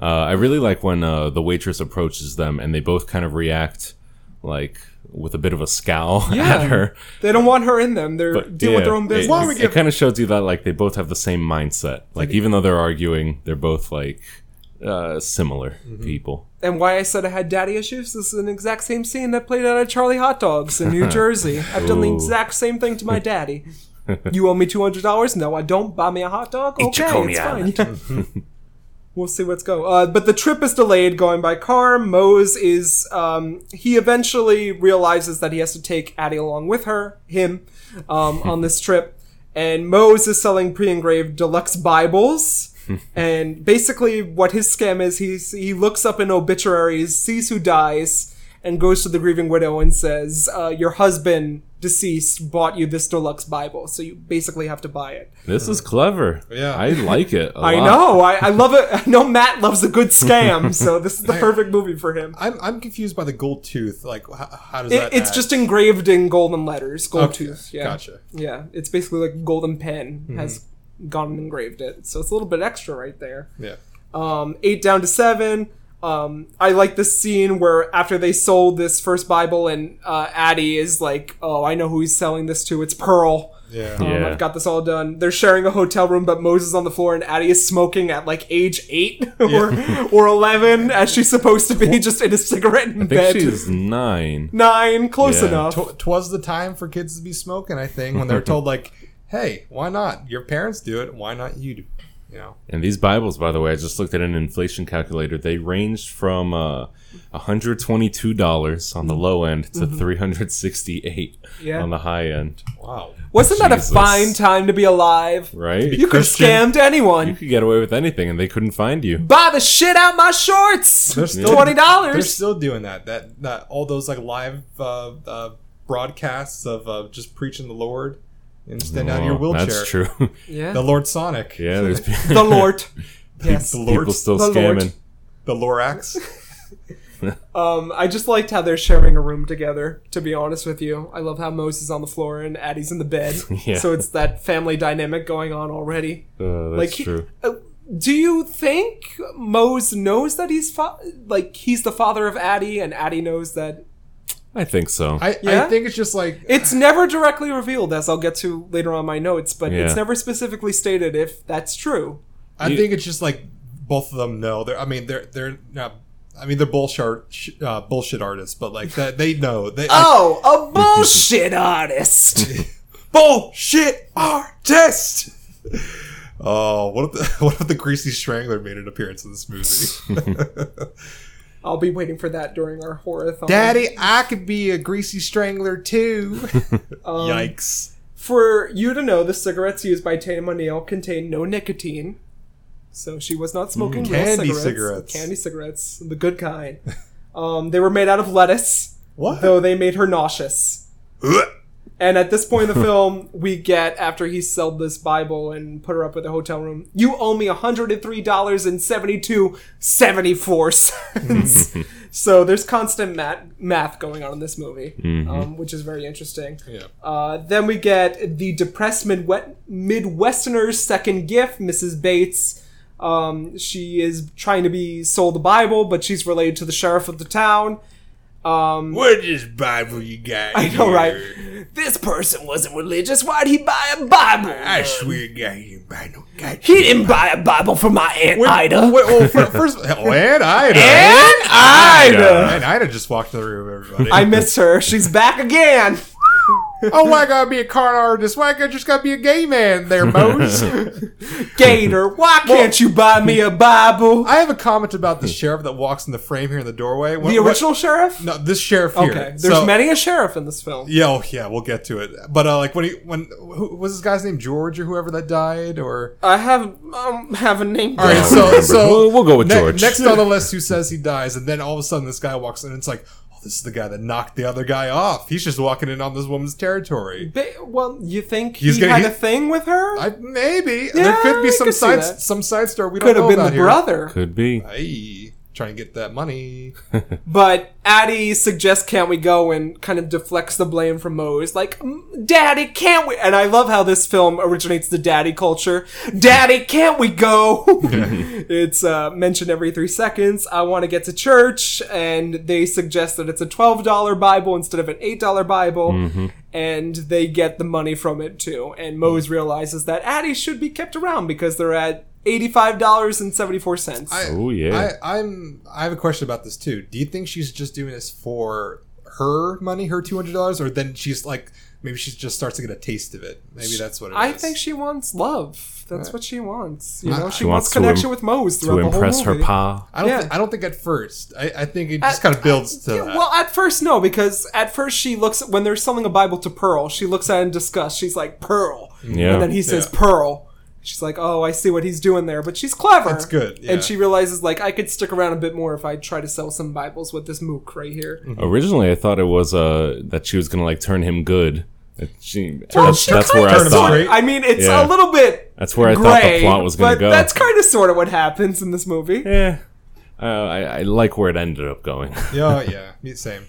B: Uh, I really like when uh, the waitress approaches them and they both kind of react like with a bit of a scowl [LAUGHS]
A: Yeah.
B: at her.
A: They don't want her in them. They're
B: But
A: dealing with
B: yeah,
A: their own
B: it-
A: business.
C: Why
B: It,
C: we give-
B: kind of shows you that like they both have the same mindset. Like even though they're arguing, they're both like uh, similar
A: Mm-hmm.
B: people.
A: and why I said I had daddy issues this is an exact same scene that played out at Charlie Hot Dogs
B: [LAUGHS]
A: in New Jersey. I've done the
B: Ooh.
A: exact same thing to my
B: [LAUGHS]
A: daddy. you owe me two hundred dollars? No, I don't. Buy me a hot dog.
B: Eat your
A: okay,
B: Coney
A: it's fine. [LAUGHS] we'll see what's going. Uh, but the trip is delayed, going by car. Mose is. Um, he eventually realizes that he has to take Addie along with her, him, um, on this
B: [LAUGHS]
A: trip. And Mose is selling pre-engraved deluxe
C: [LAUGHS]
A: Bibles. and basically, what his scam is, he's, he looks up in obituaries, sees who dies, and goes to the grieving widow and says, uh, "Your husband." Deceased bought you this deluxe Bible, so you basically have to buy it.
B: This is clever.
C: Yeah.
B: I like it.
A: [LAUGHS] I
B: I
A: know. I, I love it. I know Matt loves a good
C: [LAUGHS]
A: scam, so this is the perfect movie for him.
C: I'm, I'm confused by the gold tooth. Like, how, how does
A: It,
C: that?
A: it's
C: add-
A: just engraved in golden letters, gold
C: Okay,
A: tooth. Yeah,
C: Gotcha.
A: yeah. It's basically like a golden pen
C: Hmm.
A: has gone and engraved it, so it's a little bit extra right there.
C: Yeah.
A: um, eight down to seven. Um, I like this scene where after they sold this first Bible and uh, Addie is like, "Oh, I know who he's selling this to. It's Pearl.
C: Yeah.
A: Um,
B: Yeah.
A: I've got this all done." They're sharing a hotel room, but Moses is on the floor and Addie is smoking at like age eight [LAUGHS] or or eleven, as she's supposed to be, just in a cigarette in
B: I think
A: bed.
B: she's nine.
A: Nine, close
B: Yeah.
A: enough.
C: Tw- Twas the time for kids to be smoking. I think when they
B: [LAUGHS]
C: were told like, "Hey, why not? Your parents do it. Why not you do?" You know.
B: And these Bibles, by the way, I just looked at an inflation calculator. They ranged from uh, $122 on the low end to 368
A: Mm-hmm. Yeah.
B: on the high end,
C: Wow.
A: Wasn't that a
B: Jesus.
A: fine time to be alive?
B: right?
A: You could
C: Christian.
A: scam to
B: You
A: anyone.
B: could get away with anything and they couldn't find you.
A: Buy the shit out my shorts.
C: They're still-
A: Twenty
C: They're
A: dollars.
C: still doing that. That that all those like live uh, uh, broadcasts of uh, just preaching the Lord and stand out of your
B: Well,
C: wheelchair.
B: Oh, That's true. [LAUGHS]
A: Yeah.
C: The Lord Sonic.
B: yeah,
C: [LAUGHS]
B: there's pe-
A: [LAUGHS]
B: [LAUGHS]
A: the Lord. Yes.
C: The Lord.
B: people still
A: The Lord.
B: scamming. [LAUGHS]
C: The Lorax.
A: Um, I just liked how they're sharing a room together. To be honest with you, I love how Mose is on the floor and Addie's in the bed.
B: [LAUGHS] Yeah.
A: So it's that family dynamic going on already.
B: Uh, that's
A: Like he-
B: true.
A: Uh, do you think Mose knows that he's fa- like he's the father of Addie, and Addie knows that?
B: I think so.
C: I,
A: Yeah?
C: I think it's just like
A: It's never directly revealed, as I'll get to later on in my notes, but it's
B: Yeah.
A: never specifically stated if that's true.
C: I
B: You-
C: think it's just like both of them know. They're, I mean, they're they're not. I mean, they're bullshit sh- uh, bullshit artists, but like that, they know they. like,
A: Oh,
B: [LAUGHS]
A: a bullshit artist.
C: bullshit artist. [LAUGHS] Oh, what if the [LAUGHS] what if the greasy strangler made an appearance in this movie?
A: I'll be waiting for that during our horathon.
C: I could be a greasy strangler [LAUGHS] too.
A: Um,
C: Yikes!
A: For you to know, the cigarettes used by Tatum O'Neill contain no nicotine, so she was not smoking real
C: candy
A: cigarettes.
C: cigarettes.
A: Candy cigarettes, the good kind. um, they were made out of lettuce,
C: What?
A: though they made her nauseous. And at this point in
C: [LAUGHS]
A: the film, we get after he sold this Bible and put her up at the hotel room. You owe me
C: [LAUGHS]
A: $103.72.74. so there's constant math, math going on in this movie,
C: Mm-hmm.
A: um, which is very interesting.
C: yeah.
A: Uh, then we get the depressed Midwe- Midwesterner's second gift, Mrs. Bates. Um, she is trying to be sold the Bible, but she's related to the sheriff of the town.
C: What is Bible you got?
A: I know, right? This person wasn't religious. Why'd he buy a Bible?
C: swear, God, you buy no God.
A: he didn't buy a Bible for my Aunt Ida.
C: Wait, well, fir- [LAUGHS] first, oh, and Ida,
A: Aunt Ida!
C: and Ida just walked in the room. Everybody,
A: I miss her. She's back again.
C: oh, why I gotta be a con artist? Why I gotta just gotta be a gay man there, [LAUGHS] Mose?
A: Gator, why can't you buy me a Bible?
C: I have a comment about the sheriff that walks in the frame here in the doorway. What-
A: The
C: what-
A: original sheriff?
C: no, this sheriff here.
A: Okay, there's
C: So-
A: many a sheriff in this film.
C: Yeah, oh, yeah, we'll get to it. But uh, like when he when who, was this guy's name George or whoever that died or
A: I have um, have a name.
C: all right,
A: down.
C: so
B: remember.
C: so
B: We'll- we'll go with George.
A: [LAUGHS]
C: Next on the list, who says he dies, and then all of a sudden this guy walks in, and it's like, oh, this is the guy that knocked the other guy off. He's just walking in on this woman's territory.
A: Ba- well, you think
C: He's
A: he
C: gonna-
A: had
C: he-
A: a thing with her?
C: I maybe
A: Yeah,
C: there could be
A: I
C: some
A: could see
C: side
A: that.
C: some side story we
A: Could
C: don't
A: have
C: know
A: been the
C: about here.
A: brother.
B: Could be.
C: Hey, trying to get that money.
A: But Addie suggests, can't we go and kind of deflects the blame from Moe's. Like, "Mm, Daddy, can't we? And I love how this film originates the daddy culture. Daddy, can't we go? [LAUGHS] it's uh, mentioned every three seconds. I want to get to church. And they suggest that it's a $12 Bible instead of an $8 Bible. And they get the money from it too. And Moe's realizes that Addie should be kept around because they're at $85.74.
C: I-
B: Oh, yeah.
C: I, I'm. I have a question about this too. Do you think she's just doing this for her money, her two hundred dollars, or then she's like, maybe she just starts to get a taste of it? Maybe that's what it is.
A: I think she wants love. That's what she wants. You know, she,
B: She
A: wants,
B: wants to
A: connection
B: im-
A: with Mose throughout
B: To
A: the whole
B: impress her
A: movie.
B: pa.
C: I don't.
A: yeah.
C: thi- I don't think at first. I, I think it
A: At-
C: just kind of builds to
A: Yeah,
C: that.
A: well, at first no, because at first she looks when they're selling a Bible to Pearl, she looks at it in disgust. She's like Pearl,
B: Yeah.
A: and then he says
C: Yeah.
A: Pearl. She's like, oh, I see what he's doing there, but she's clever.
C: It's good, yeah.
A: and she realizes like I could stick around a bit more if I try to sell some Bibles with this mook right here.
B: Originally, I thought it was uh, that she was going to like turn him good. That she, that's,
A: she
B: that's
A: kinda
B: where I
C: turned him
B: thought.
C: great.
A: I mean, it's
B: Yeah.
A: a little bit.
B: That's where I
A: gray,
B: thought the plot was going
A: but
B: to go.
A: That's kind of sort of what happens in this movie.
B: Yeah. Uh, I, I like where it ended up going. [LAUGHS]
C: yeah, oh, yeah, me- same.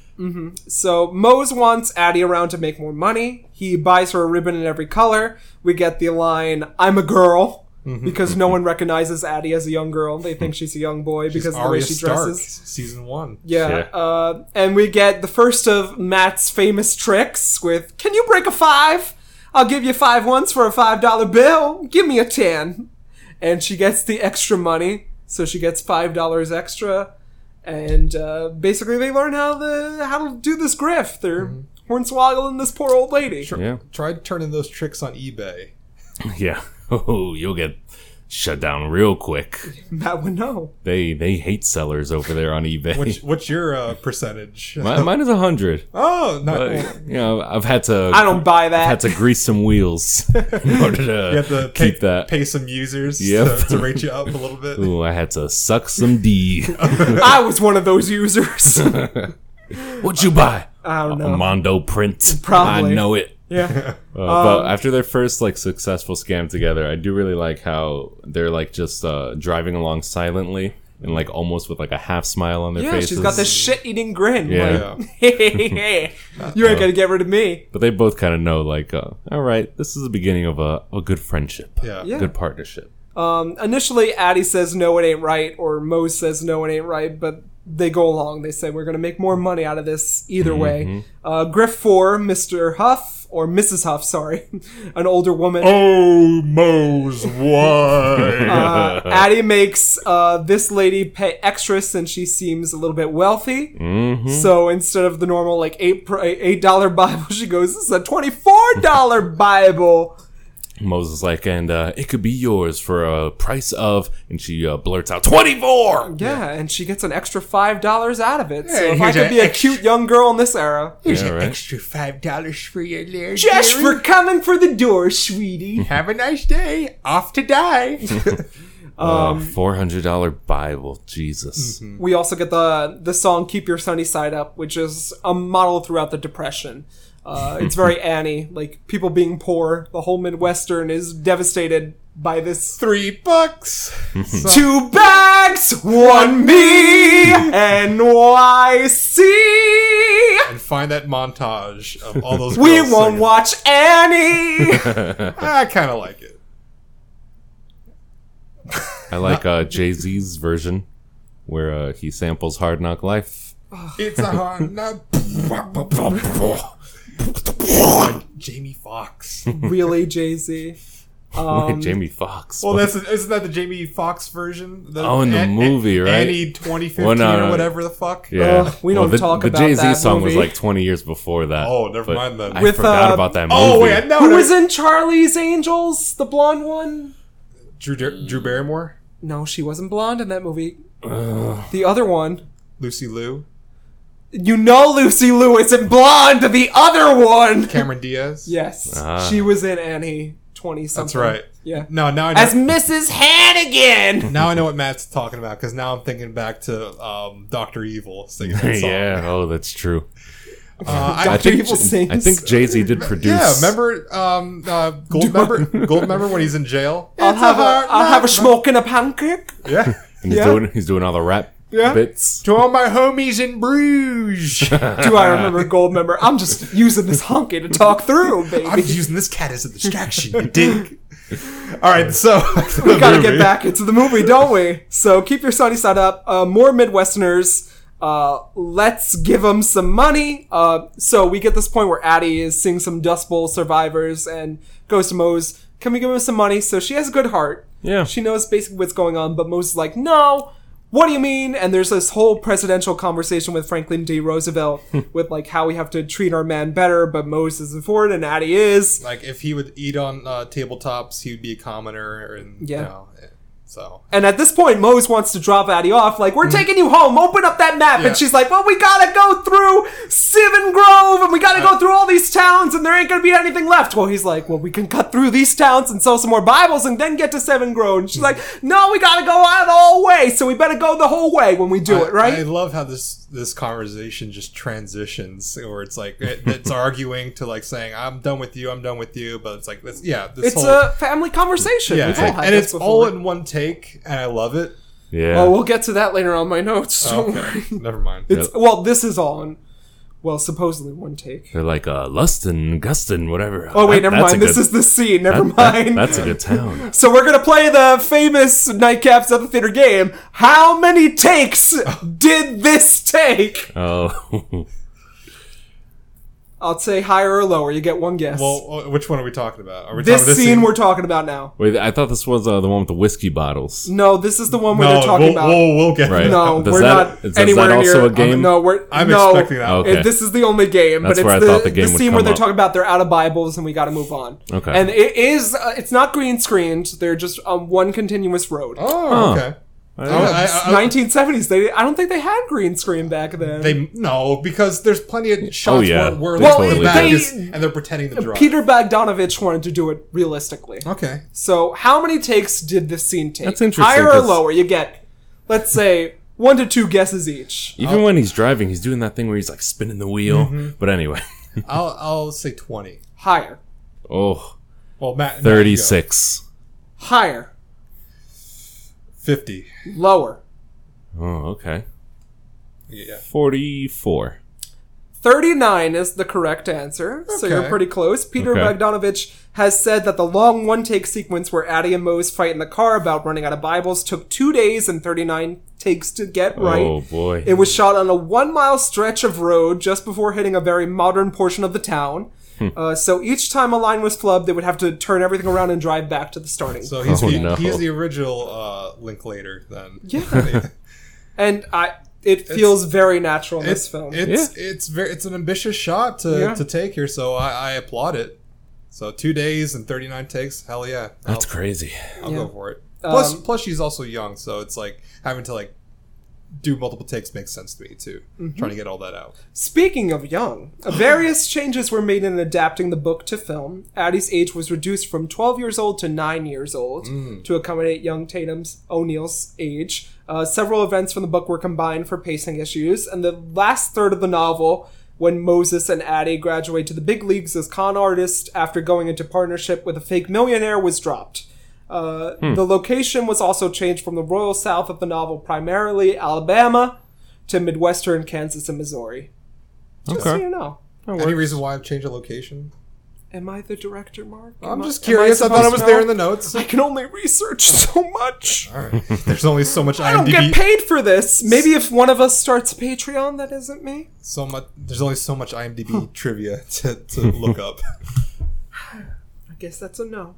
A: So Mose wants Addie around to make more money. He buys her a ribbon in every color. We get the line, "I'm a girl,"
C: Mm-hmm.
A: because no one recognizes Addie as a young girl. They think she's a young boy because of the way
C: Arya
A: she
C: Stark,
A: dresses.
C: season one.
A: Yeah,
B: Yeah.
A: Uh, and we get the first of Matt's famous tricks with, "Can you break a five? I'll give you five ones for a five dollar bill. Give me a ten. And she gets the extra money, so she gets five dollars extra. And uh, basically, they learn how the how to do this grift. They're hornswoggling this poor old lady.
B: yeah.
C: Try turning those tricks on eBay.
B: Yeah. [LAUGHS] Oh, you'll get shut down real quick.
A: Matt would know.
B: They they hate sellers over there on eBay. [LAUGHS]
C: What's, what's your uh, percentage?
B: mine, mine is a hundred.
C: oh, not.
B: But, you know, I've had to.
A: I don't buy that.
B: I've had to grease some wheels [LAUGHS]
C: [LAUGHS]
B: in order to,
C: you have to pay,
B: uh, keep that.
C: pay some users
B: Yep.
C: to, to rate you up a
B: [LAUGHS]
C: little bit.
B: Ooh, I had to suck some
C: [LAUGHS]
B: D.
A: I was one of those users. [LAUGHS]
B: What'd you buy?
A: I don't
B: A
A: know.
B: Mondo print.
A: Um, Probably.
B: I know it.
A: Yeah.
B: Uh,
A: Um,
B: but after their first like successful scam together, I do really like how they're like just uh, driving along silently and like almost with like a half smile on their
A: Yeah,
B: faces.
A: she's got this shit-eating grin.
B: Yeah.
A: Like,
C: Yeah.
A: [LAUGHS] you ain't gonna get rid of me.
B: But they both kind of know like, uh, all right, this is the beginning of a, a good friendship.
C: Yeah.
A: Yeah.
B: Good partnership.
A: Um, initially, Addie says no, it ain't right, or Mo says no, it ain't right, but they go along. They say we're going to make more money out of this either way. Uh, Griff Four, Mister Huff or Mrs. Huff, sorry, [LAUGHS] an older woman.
C: Oh,
B: [LAUGHS]
C: Moe's why?
A: Uh, Addie makes uh, this lady pay extra since she seems a little bit wealthy. So instead of the normal like eight pr- eight dollar Bible, [LAUGHS] she goes, "This is a twenty four dollar Bible."
B: Moses like, and uh, it could be yours for a price of, and she uh, blurts out twenty four.
A: Yeah, and she gets an extra five dollars out of it. so if
C: Hey,
A: I
C: here's
A: could
C: a
A: be a
C: extra-
A: cute young girl in this era,
C: Here's
B: Yeah,
C: an
B: right.
C: extra five dollars for your lair.
A: just
C: dearie.
A: for coming for the door, sweetie.
C: have a nice day. Off
B: [LAUGHS]
C: to die.
B: Uh,
A: Um,
B: Four hundred dollar Bible, Jesus.
A: [LAUGHS] we also get the the song "Keep Your Sunny Side Up," which is a model throughout the Depression. Uh, it's [LAUGHS] very Annie, like people being poor. The whole Midwestern is devastated by this.
C: Three
B: [LAUGHS]
C: bucks.
A: Two bags, one me, NYC.
C: and find that montage of
B: [LAUGHS]
C: all those.
A: We
C: girls
A: won't
C: singing.
A: watch [LAUGHS] Annie.
C: I kind of like it.
B: I like uh, Jay Z's version where uh, he samples Hard Knock Life. [LAUGHS]
C: It's a [LAUGHS] Honda. Jamie Fox.
A: really, Jay Z.
B: Wait,
A: Um,
B: Jamie Fox.
C: Well, that's isn't that the Jamie Fox version? The,
B: Oh, in the
C: An-
B: movie,
C: An-
B: right?
C: Annie 2015
B: Well, no,
C: or
B: no.
C: whatever the fuck.
B: yeah.
A: Ugh, we
B: Well,
A: don't
B: the,
A: talk
B: the
A: about
B: Jay-Z
A: that
B: song was
A: movie.
B: like 20 years before that.
C: Oh, never
B: but
C: mind then.
B: I
A: With,
B: forgot
A: uh,
B: about that movie.
C: Oh wait,
B: [LAUGHS]
C: no,
A: Who
C: no.
A: was in Charlie's Angels? The blonde one?
C: Drew Dar- Drew Barrymore,
A: No, she wasn't blonde in that movie. The other one.
C: Lucy Liu,
A: You know Lucy Lewis and blonde, the other one.
C: Cameron Diaz.
A: Yes,
B: Ah.
A: she was in Annie 20
C: that's
A: something.
C: right.
A: Yeah.
C: No, now I know,
A: As Mrs. Hannigan.
C: now I know what Matt's talking about because now I'm thinking back to um, Doctor Evil singing that song.
B: [LAUGHS] yeah, oh, that's true.
C: Uh,
A: [LAUGHS]
C: I
B: I
C: think-
B: think,
A: Evil sings.
B: I think Jay-Z did produce.
C: yeah, remember um, uh,
A: [LAUGHS]
C: Gold member Gold member when he's in jail.
A: I'll have a,
C: hard
A: I'll have a
C: knock
A: smoke and a pancake. [LAUGHS]
C: life. Yeah.
B: And he's,
A: Yeah.
B: doing, he's doing all the rap
C: Yeah.
B: bits.
C: To all my homies in Bruges.
A: Do I remember Gold Member? I'm just using this honky to talk through, baby.
C: [LAUGHS] [LAUGHS] I'm using this cat as a distraction, you
A: [LAUGHS]
C: dig? All right, so [LAUGHS] we
A: we gotta get back into the movie, don't we? So keep your sunny side up. Uh, more Midwesterners. Uh, let's give them some money. Uh, so we get this point where Addie is seeing some Dust Bowl survivors and goes to Mose. Can we give him some money? So she has a good heart.
B: Yeah.
A: She knows basically what's going on, but Mose is like, no. What do you mean? And there's this whole presidential conversation with Franklin D. Roosevelt with like how we have to treat our man better, but Mose isn't for it and Addie is.
C: Like if he would eat on uh, tabletops, he'd be a commoner, and
A: Yeah.
C: you know, eh, so
A: And at this point, Mose wants to drop Addie off. Like, we're taking you home. Open up that map.
C: Yeah.
A: And she's like, well, we gotta go through Seven Grove and we gotta go through all these towns and there ain't gonna be anything left. Well, he's like, well, we can cut through these towns and sell some more Bibles and then get to Seven Grove. And she's like, no, we gotta go out the whole way. So we better go the whole way when we do
C: I-
A: it, right?
C: I love how this this conversation just transitions, where it's like it,
A: [LAUGHS]
C: it's arguing to like saying I'm done with you, I'm done with you, but it's like this, yeah, this
A: it's
C: whole
A: a family conversation.
C: yeah,
A: We've all had
C: and
A: this
C: it's
A: before.
C: all in one take, and I love it.
B: Yeah.
A: Oh, we'll get to that later on my notes. Don't worry.
C: never mind.
A: It's, well, this is all in, well, supposedly one take.
B: They're like, uh, Lustin, Gustin, whatever.
A: Oh, wait,
B: That-
A: never
B: that's
A: mind.
B: a
A: This
B: good-
A: is
B: [LAUGHS]
A: the scene. Never
B: that- that-
A: mind.
B: That's a
A: [LAUGHS]
B: good town.
A: So we're gonna play the famous nightcaps at the theater game. How many takes did this take?
B: Oh. [LAUGHS]
A: I'll say higher or lower. You get one guess.
C: well, uh, which one are we talking about? Are we
A: this,
C: talking about
A: scene, we're talking about now.
B: Wait, I thought this was uh, the one with the whiskey bottles.
A: No, this is the one where
C: No,
A: they're talking
C: we'll,
A: about.
C: we'll, we'll get
B: Right.
A: No,
B: Does
A: we're
B: that-
A: not
B: is that
A: anywhere
B: also
A: near.
B: a game?
A: No, we're.
C: I'm
A: no,
C: expecting that.
B: Okay.
A: It- this is the only game,
B: That's
A: but
B: where I
A: it's the,
B: thought the game
A: the
B: would
A: scene where
B: come
A: they're
B: up.
A: talking about they're out of Bibles and we got to move on.
B: Okay.
A: And it is. Uh, it's not green screened. They're just on one continuous road.
C: Oh, okay. I, I-
A: It's
C: I-
A: 1970s. They. I don't think they had green screen back then.
C: They no, because there's plenty of shots
B: Oh, yeah.
C: where, where
B: They
C: like,
B: totally
C: the back
A: did.
C: is- and they're pretending to drive.
A: Peter Bogdanovich wanted to do it realistically.
C: okay,
A: So, how many takes did this scene take?
B: That's interesting,
A: Higher or
B: 'cause-
A: lower? You get, let's say, one to two guesses each.
B: Even when he's driving, he's doing that thing where he's like spinning the wheel.
A: Mm-hmm.
B: But anyway. [LAUGHS]
C: I'll I'll say twenty.
A: Higher.
B: Oh,
C: Well, Matt, Matt, you go.
B: 36.
A: Higher.
C: fifty.
A: Lower.
B: Oh, okay.
C: Yeah,
B: 44.
A: 39 is the correct answer, so
C: Okay.
A: you're pretty close. Peter
B: Okay.
A: Bogdanovich has said that the long one take sequence where Addie and Mose fight in the car about running out of Bibles took two days and 39 takes to get right.
B: Oh, boy.
A: It was shot on a one mile stretch of road just before hitting a very modern portion of the town. Uh, so each time a line was flubbed, they would have to turn everything around and drive back to the starting.
C: so he's
B: Oh,
C: the,
B: no.
C: he's the original uh, Linklater. Then
A: Yeah. and I, it feels very natural in this
C: it's
A: film.
C: it's it's very it's an ambitious shot to,
A: Yeah.
C: to take here, so I, I applaud it. So two days and thirty nine takes. Hell yeah, I'll,
B: That's crazy.
C: I'll
A: Yeah.
C: go for it. Plus,
A: Um,
C: plus she's also young, so it's like having to like do multiple takes makes sense to me too. Trying to get all that out.
A: Speaking of young, various changes were made in adapting the book to film. Addie's age was reduced from 12 years old to 9 years old to accommodate young Tatum's O'Neill's age. Uh, several events from the book were combined for pacing issues, and the last third of the novel, when Moses and Addie graduate to the big leagues as con artists after going into partnership with a fake millionaire, was dropped. Uh,
C: Hmm.
A: The location was also changed from the royal south of the novel, primarily Alabama, to midwestern Kansas and Missouri. Just so
B: Okay.
A: you know.
C: Any reason why I've changed the location?
A: Am I the director, Mark?
C: I'm
A: Am I-
C: just
A: am
C: curious. I, thought it
A: supposed
C: was
A: to
C: there in
A: know?
C: the
A: [LAUGHS]
C: notes.
A: I can only research [LAUGHS] so much.
C: All right. [LAUGHS] There's only so much
A: I don't get
C: IMDb.
A: paid for this. Maybe if one of us starts a Patreon, that isn't me.
C: So much. There's only so [LAUGHS] much IMDb trivia to, to look up.
A: I guess that's a no.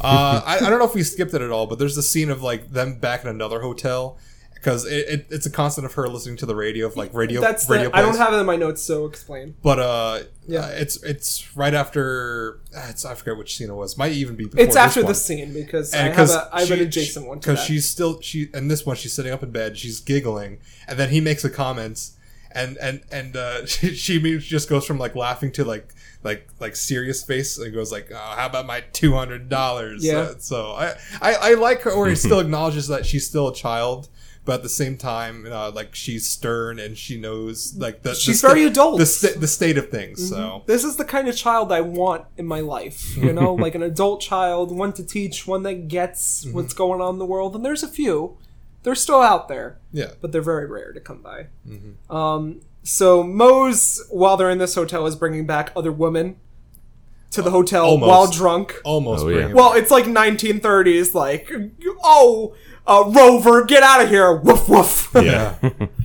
C: Uh, I, I don't know if we skipped it at all, but there's a scene of like them back in another hotel because it, it, it's a constant of her listening to the radio of like radio
A: That's the,
C: radio.
A: I don't
C: plays.
A: have it in my notes, so explain.
C: but uh,
A: Yeah.
C: yeah, it's it's right after. ah, It's I forget which scene it was. Might even be before
A: It's after
C: this
A: the
C: one.
A: scene because I
C: And
A: have,
C: because
A: a, I have an adjacent one to that.
C: because she's still she and this one she's sitting up in bed she's giggling and then he makes a comment and and and uh, [LAUGHS] she, she immediately just goes from like laughing to like like like serious face and goes like oh, how about my two hundred dollars Uh,
A: Yeah.
C: so I, I I like her where he
B: [LAUGHS]
C: still acknowledges that she's still a child. But at the same time, uh, like she's stern and she knows, like the the
A: She's
C: sta-
A: very adult.
C: The, sta- the state of things. So
A: This is the kind of child I want in my life, you know, like an adult child, one to teach, one that gets what's going on in the world. And there's a few, they're still out there,
C: yeah,
A: but they're very rare to come by. Um, so Mose, while they're in this hotel, is bringing back other women to the hotel
C: almost.
A: while drunk.
C: almost.
B: Oh, yeah.
C: bringing-
A: Well, it's like 1930s, like oh, uh, Rover, get out of here! Woof woof.
C: yeah.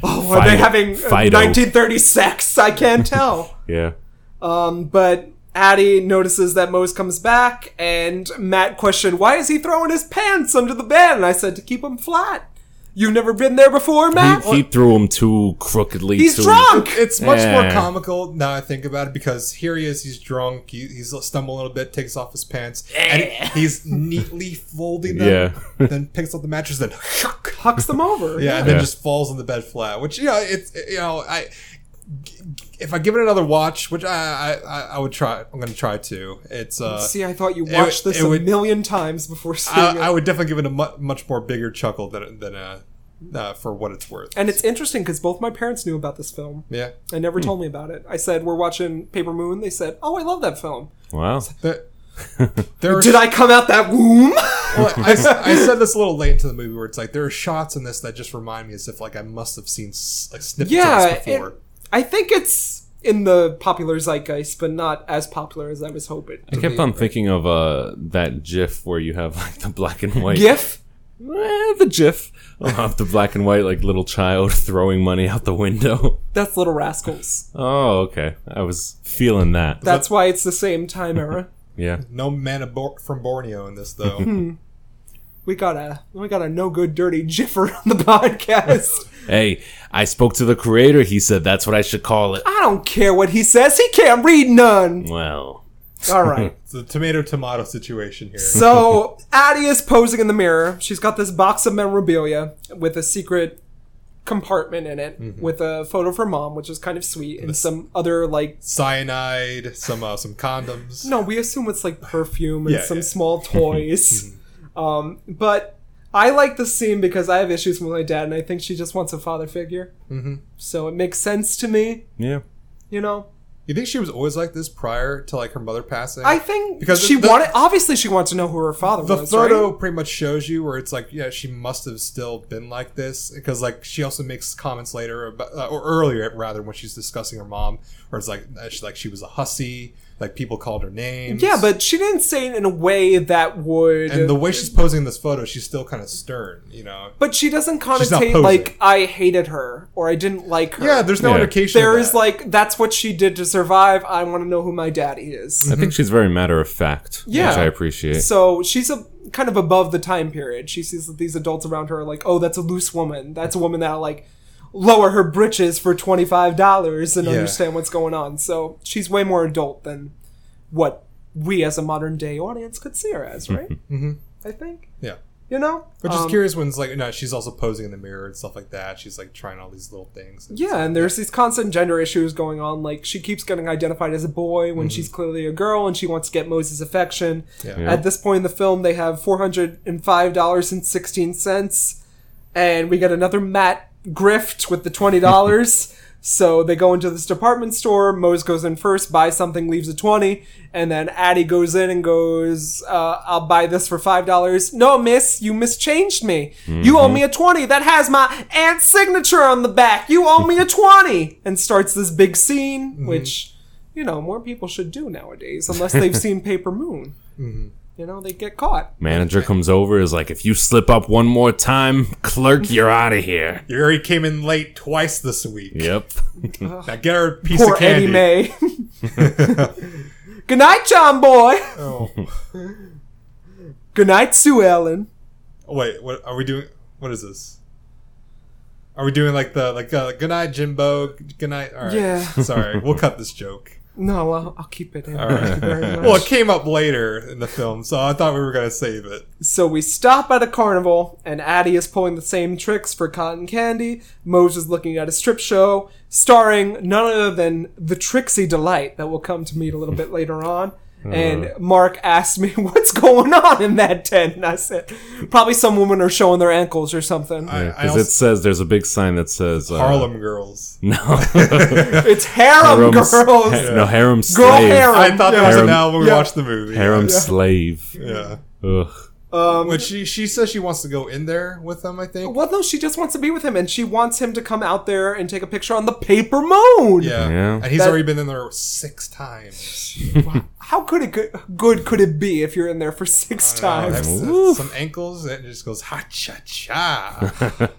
A: oh, [LAUGHS] are they
B: Fido-
A: having
B: Fido.
A: 1930s sex? I can't tell.
B: Yeah.
A: But Addie notices that Mose comes back, and Matt questioned, Why is he throwing his pants under the bed? And I said, To keep him flat. You've never been there before, Matt?
B: He, he threw him too crookedly.
A: He's
B: too,
A: drunk!
C: It's much more
B: Yeah.
C: comical now I think about it because here he is, he's drunk, he, he's stumbling a little bit, takes off his pants, and he's neatly folding them,
B: Yeah.
C: [LAUGHS] then picks up the mattress, then
A: Hucks them over.
C: [LAUGHS] yeah, and then
B: Yeah.
C: just falls on the bed flat. Which you know, it's you know, I if I give it another watch, which I I, I, I would try, I'm gonna try to. It's uh,
A: See, I thought you
C: It would-
A: watched this
C: it
A: a
C: would-
A: million times before seeing
C: I,
A: it.
C: I would definitely give it a mu- much more bigger chuckle than than uh, uh for what it's worth.
A: and it's interesting because both my parents knew about this film.
C: yeah,
A: They never
B: Hmm.
A: told me about it. I said, We're watching Paper Moon. They said, Oh, I love that film.
B: Wow. [LAUGHS]
C: That- there are
A: Did I come out that womb? [LAUGHS]
C: well, I, I said this a little late into the movie where it's like there are shots in this that just remind me as if like I must have seen s- like snippets
A: yeah.
C: of this before.
A: it- I think it's in the popular zeitgeist, but not as popular as I was hoping.
B: I kept on thinking of uh, that GIF where you have like the black and [LAUGHS] white.
A: GIF?
B: Eh, the GIF of the black and white like little child [LAUGHS] throwing money out the window. [LAUGHS]
A: That's Little Rascals.
B: Oh, okay. I was feeling that.
A: That's why it's the same time era.
B: yeah.
C: no man of Bor- from Borneo in this
A: [LAUGHS] Hmm.
C: though.
A: We got a we got a no good dirty jiffer on the [LAUGHS] podcast.
B: Hey, I spoke to the creator. He said that's what I should call it.
A: I don't care what he says. He can't read none.
B: Well,
A: All right.
C: it's the tomato tomato situation here.
A: So Addie is posing in the mirror. She's got this box of memorabilia with a secret compartment in it with a photo of her mom, which is kind of sweet, and some other like
C: Cyanide, some uh, some condoms.
A: No, we assume it's like perfume and
C: Yeah,
A: some
C: yeah. [LAUGHS] Mm-hmm.
A: small toys. um, but I like this scene because I have issues with my dad, and I think she just wants a father figure. Mm-hmm. So it makes sense to me,
B: yeah.
A: you know.
C: You think she was always like this prior to like her mother passing?
A: I think
C: Because
A: she
C: the-
A: wanted. Obviously, she wants to know who her father
C: the
A: was.
C: photo
A: right?
C: pretty much shows you where it's like yeah she must have still been like this because like she also makes comments later about, uh, or earlier rather when she's discussing her mom where it's like uh, she, like she was a hussy like people called her names
A: Yeah, but she didn't say it in a way that would.
C: and the way she's posing in this photo she's still kind of stern you know
A: but she doesn't
C: not
A: connotate
C: posing.
A: like I hated her or I didn't like her.
C: yeah there's no
B: Yeah.
C: indication
A: there
C: of
A: is
C: that.
A: like that's what she did to survive. I want to know who my daddy is.
B: I think she's very matter of fact,
A: Mm-hmm. Yeah.
B: which I appreciate.
A: So she's a kind of above the time period. She sees that these adults around her are like, "Oh, that's a loose woman. That's a woman that'll like lower her britches for twenty five dollars and
C: Yeah.
A: understand what's going on." So she's way more adult than what we as a modern day audience could see her as, right? mm-hmm. I think
C: yeah
A: you know.
C: which
A: Um,
C: is curious when it's like no she's also posing in the mirror and stuff like that she's like trying all these little things
A: Yeah, and there's these constant gender issues going on. Like she keeps getting identified as a boy when she's clearly a girl, and she wants to get Moses' affection.
C: Yeah.
B: Yeah.
A: At this point in the film, they have four hundred and five dollars and sixteen cents, and we get another Matt grift with the twenty
C: [LAUGHS]
A: dollars. so they go into this department store. Mose goes in first, buys something, leaves a twenty, and then Addie goes in and goes, uh, "I'll buy this for five dollars." No, Miss, you mischanged me. You owe me a
C: Mm-hmm.
A: twenty that has my aunt's signature on the back. You owe
C: [LAUGHS]
A: me a twenty, and starts this big scene,
C: Mm-hmm.
A: which you know more people should do nowadays, unless
C: [LAUGHS]
A: they've seen Paper Moon
C: Mm-hmm.
A: you know, they get caught.
B: Manager comes over is like, if you slip up one more time, clerk, you're out of
A: [LAUGHS]
B: here.
C: you already came in late twice this week
B: Yep.
C: now get her a piece
A: Poor
C: of candy
A: Eddie [LAUGHS] May.
C: [LAUGHS]
A: Good night, John Boy.
C: Oh.
A: Good night, Sue Ellen.
C: Oh, wait, what are we doing? What is this? Are we doing like the like uh, good night Jimbo? Good night. All right.
A: Yeah.
C: [LAUGHS] Sorry, we'll cut
B: [LAUGHS]
C: this joke.
A: No, I'll, I'll keep it in.
C: All right.
A: Thank you very much.
C: [LAUGHS] Well, it came up later in the film, so I thought we were gonna save it.
A: So we stop at a carnival, and Addie is pulling the same tricks for cotton candy. Moj is looking at a strip show starring none other than the Trixie Delight that we'll come to meet a little bit later on.
C: Uh-huh.
A: And Mark asked me, [LAUGHS] What's going on in that tent? And I said, Probably some women are showing their ankles or something.
C: I, I
B: Because
C: also,
B: it says there's a big sign that says uh,
C: Harlem Girls.
A: [LAUGHS]
B: No,
A: [LAUGHS] it's harem
B: Harem's-
A: girls.
B: ha- no harem slave.
A: Girl harem.
C: [LAUGHS] I thought that was
B: Harem-
C: an album when we
A: yeah.
C: watched the movie.
B: Harem slave.
C: Yeah.
B: Ugh.
C: Um, but she she says she wants to go in there with them. I think.
A: Well, no, she just wants to be with him, and she wants him to come out there and take a picture on the paper moon.
C: Yeah.
B: Yeah.
C: And he's
A: That-
C: already been in there six times.
A: How could it good, good could it be if you're in there for six
C: Uh,
A: times?
C: that's- that's
B: Oof.
C: some ankles and it just goes ha cha
B: [LAUGHS]
C: cha.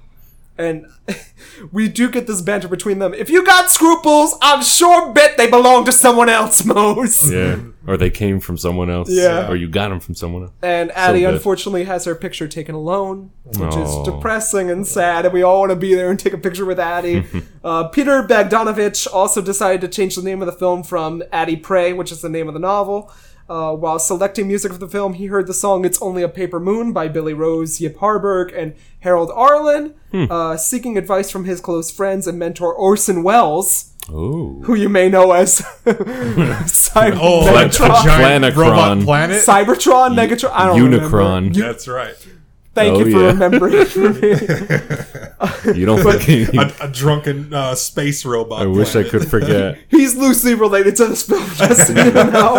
A: and [LAUGHS] we do get this banter between them. If you got scruples, I'm sure bet they belong to someone else, [LAUGHS] Mose.
B: Yeah. or they came from someone else.
A: Yeah.
B: Or you got them from someone else.
A: And Addie
B: good. Oh.
A: unfortunately has her picture taken alone, which
B: Aw.
A: is depressing and sad. And we all want to be there and take a picture with
B: [LAUGHS]
A: Addie. uh, Peter Bagdanovich also decided to change the name of the film from Addie Prey, which is the name of the novel. Uh, while selecting music for the film, he heard the song "It's Only a Paper Moon" by Billy Rose, Yip Harburg, and Harold Arlen.
B: Hmm.
A: Uh, seeking advice from his close friends and mentor Orson Welles,
B: Oh.
A: who you may know
B: [LAUGHS]
A: as [LAUGHS] Cyber-
C: Oh,
A: [LAUGHS]
C: like the
A: Megatron-
C: giant robot
B: Planacron.
C: planet.
B: [LAUGHS]
A: Cybertron, Megatron, I don't remember.
B: Unicron. You,
C: That's right.
A: Thank
B: Oh,
A: you for
B: yeah.
A: remembering
B: [LAUGHS]
A: for me. [LAUGHS]
B: don't fucking.
C: A, a drunken uh, space
B: [LAUGHS]
C: robot.
B: I wish I
C: planet. [LAUGHS]
B: could
A: [LAUGHS]
B: forget.
A: He's loosely related to this film,
B: [LAUGHS]
A: just so you know.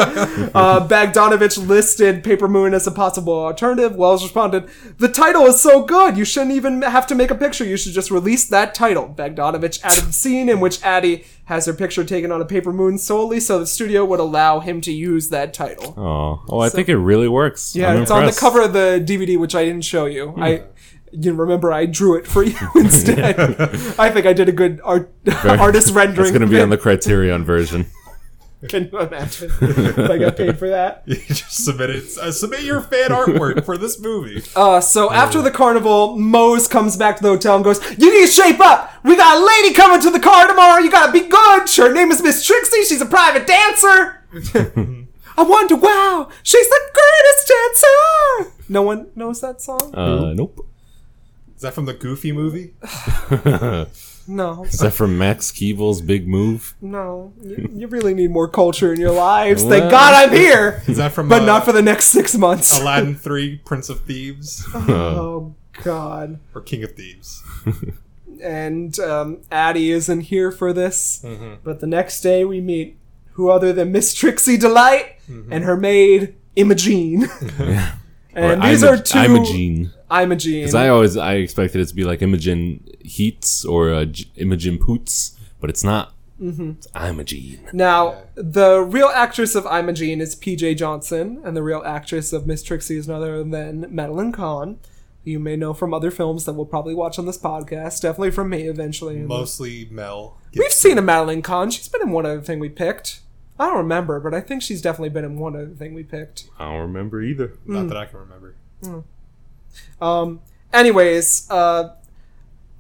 A: Uh, Bagdanovich listed Paper Moon as a possible alternative. Wells responded, The title is so good, you shouldn't even have to make a picture. You should just release that title. Bagdanovich added the scene in which Addie has her picture taken on a paper moon solely so the studio would allow him to use that title.
B: Oh, oh! I think it really works.
A: Yeah,
B: I'm
A: it's on the
B: impressed. Hmm.
A: cover of the DVD, which I didn't show you. I, you remember, I drew it for you [LAUGHS]
B: [LAUGHS]
A: instead. I think I did a good art, [LAUGHS] artist rendering.
B: It's going to be on the
A: [LAUGHS]
B: Criterion version.
A: Can you imagine? if I got paid for that.
C: You just submit it. Uh, submit your fan artwork for
A: [LAUGHS]
C: this movie.
A: Uh, so after the carnival, Mose comes back to the hotel and goes, "You need to shape up. We got a lady coming to the car tomorrow. You gotta be good. Her name is Miss Trixie. She's a private dancer." I wonder, wow, she's the greatest dancer. No one knows that song.
B: Uh, nope.
C: Is that from the Goofy movie?
A: no,
B: Is that from Max Keevil's Big Move?
A: no, you, you really need more culture in your lives. Thank
B: Well.
A: God I'm here,
C: Is that from
A: but
C: uh,
A: not for the next six months.
C: Aladdin Three, Prince of
A: [LAUGHS]
C: Thieves,
A: Oh God.
C: or King of Thieves?
A: and um, Addie isn't here for this. But the next day we meet who other than Miss Trixie Delight and her maid Imogene. and
B: Or
A: these
B: Imo-
A: are two
B: Imogene.
A: Imogene.
B: Because I always I expected it to be like Imogen Heats or uh, J- Imogen Poots, but it's not.
A: Mm-hmm.
B: It's Imogene.
A: now the real actress of Imogene is P.J. Johnson, and the real actress of Miss Trixie is none other than Madeline Kahn. who You may know from other films that we'll probably watch on this podcast, definitely from me eventually. And
C: Mostly Mel.
A: We've seen a Madeline Kahn. She's been in one other thing we picked. I don't remember, but I think she's definitely been in one other thing we picked.
B: I don't remember either.
A: Hmm.
C: Not that I can remember.
A: Um, anyways, uh,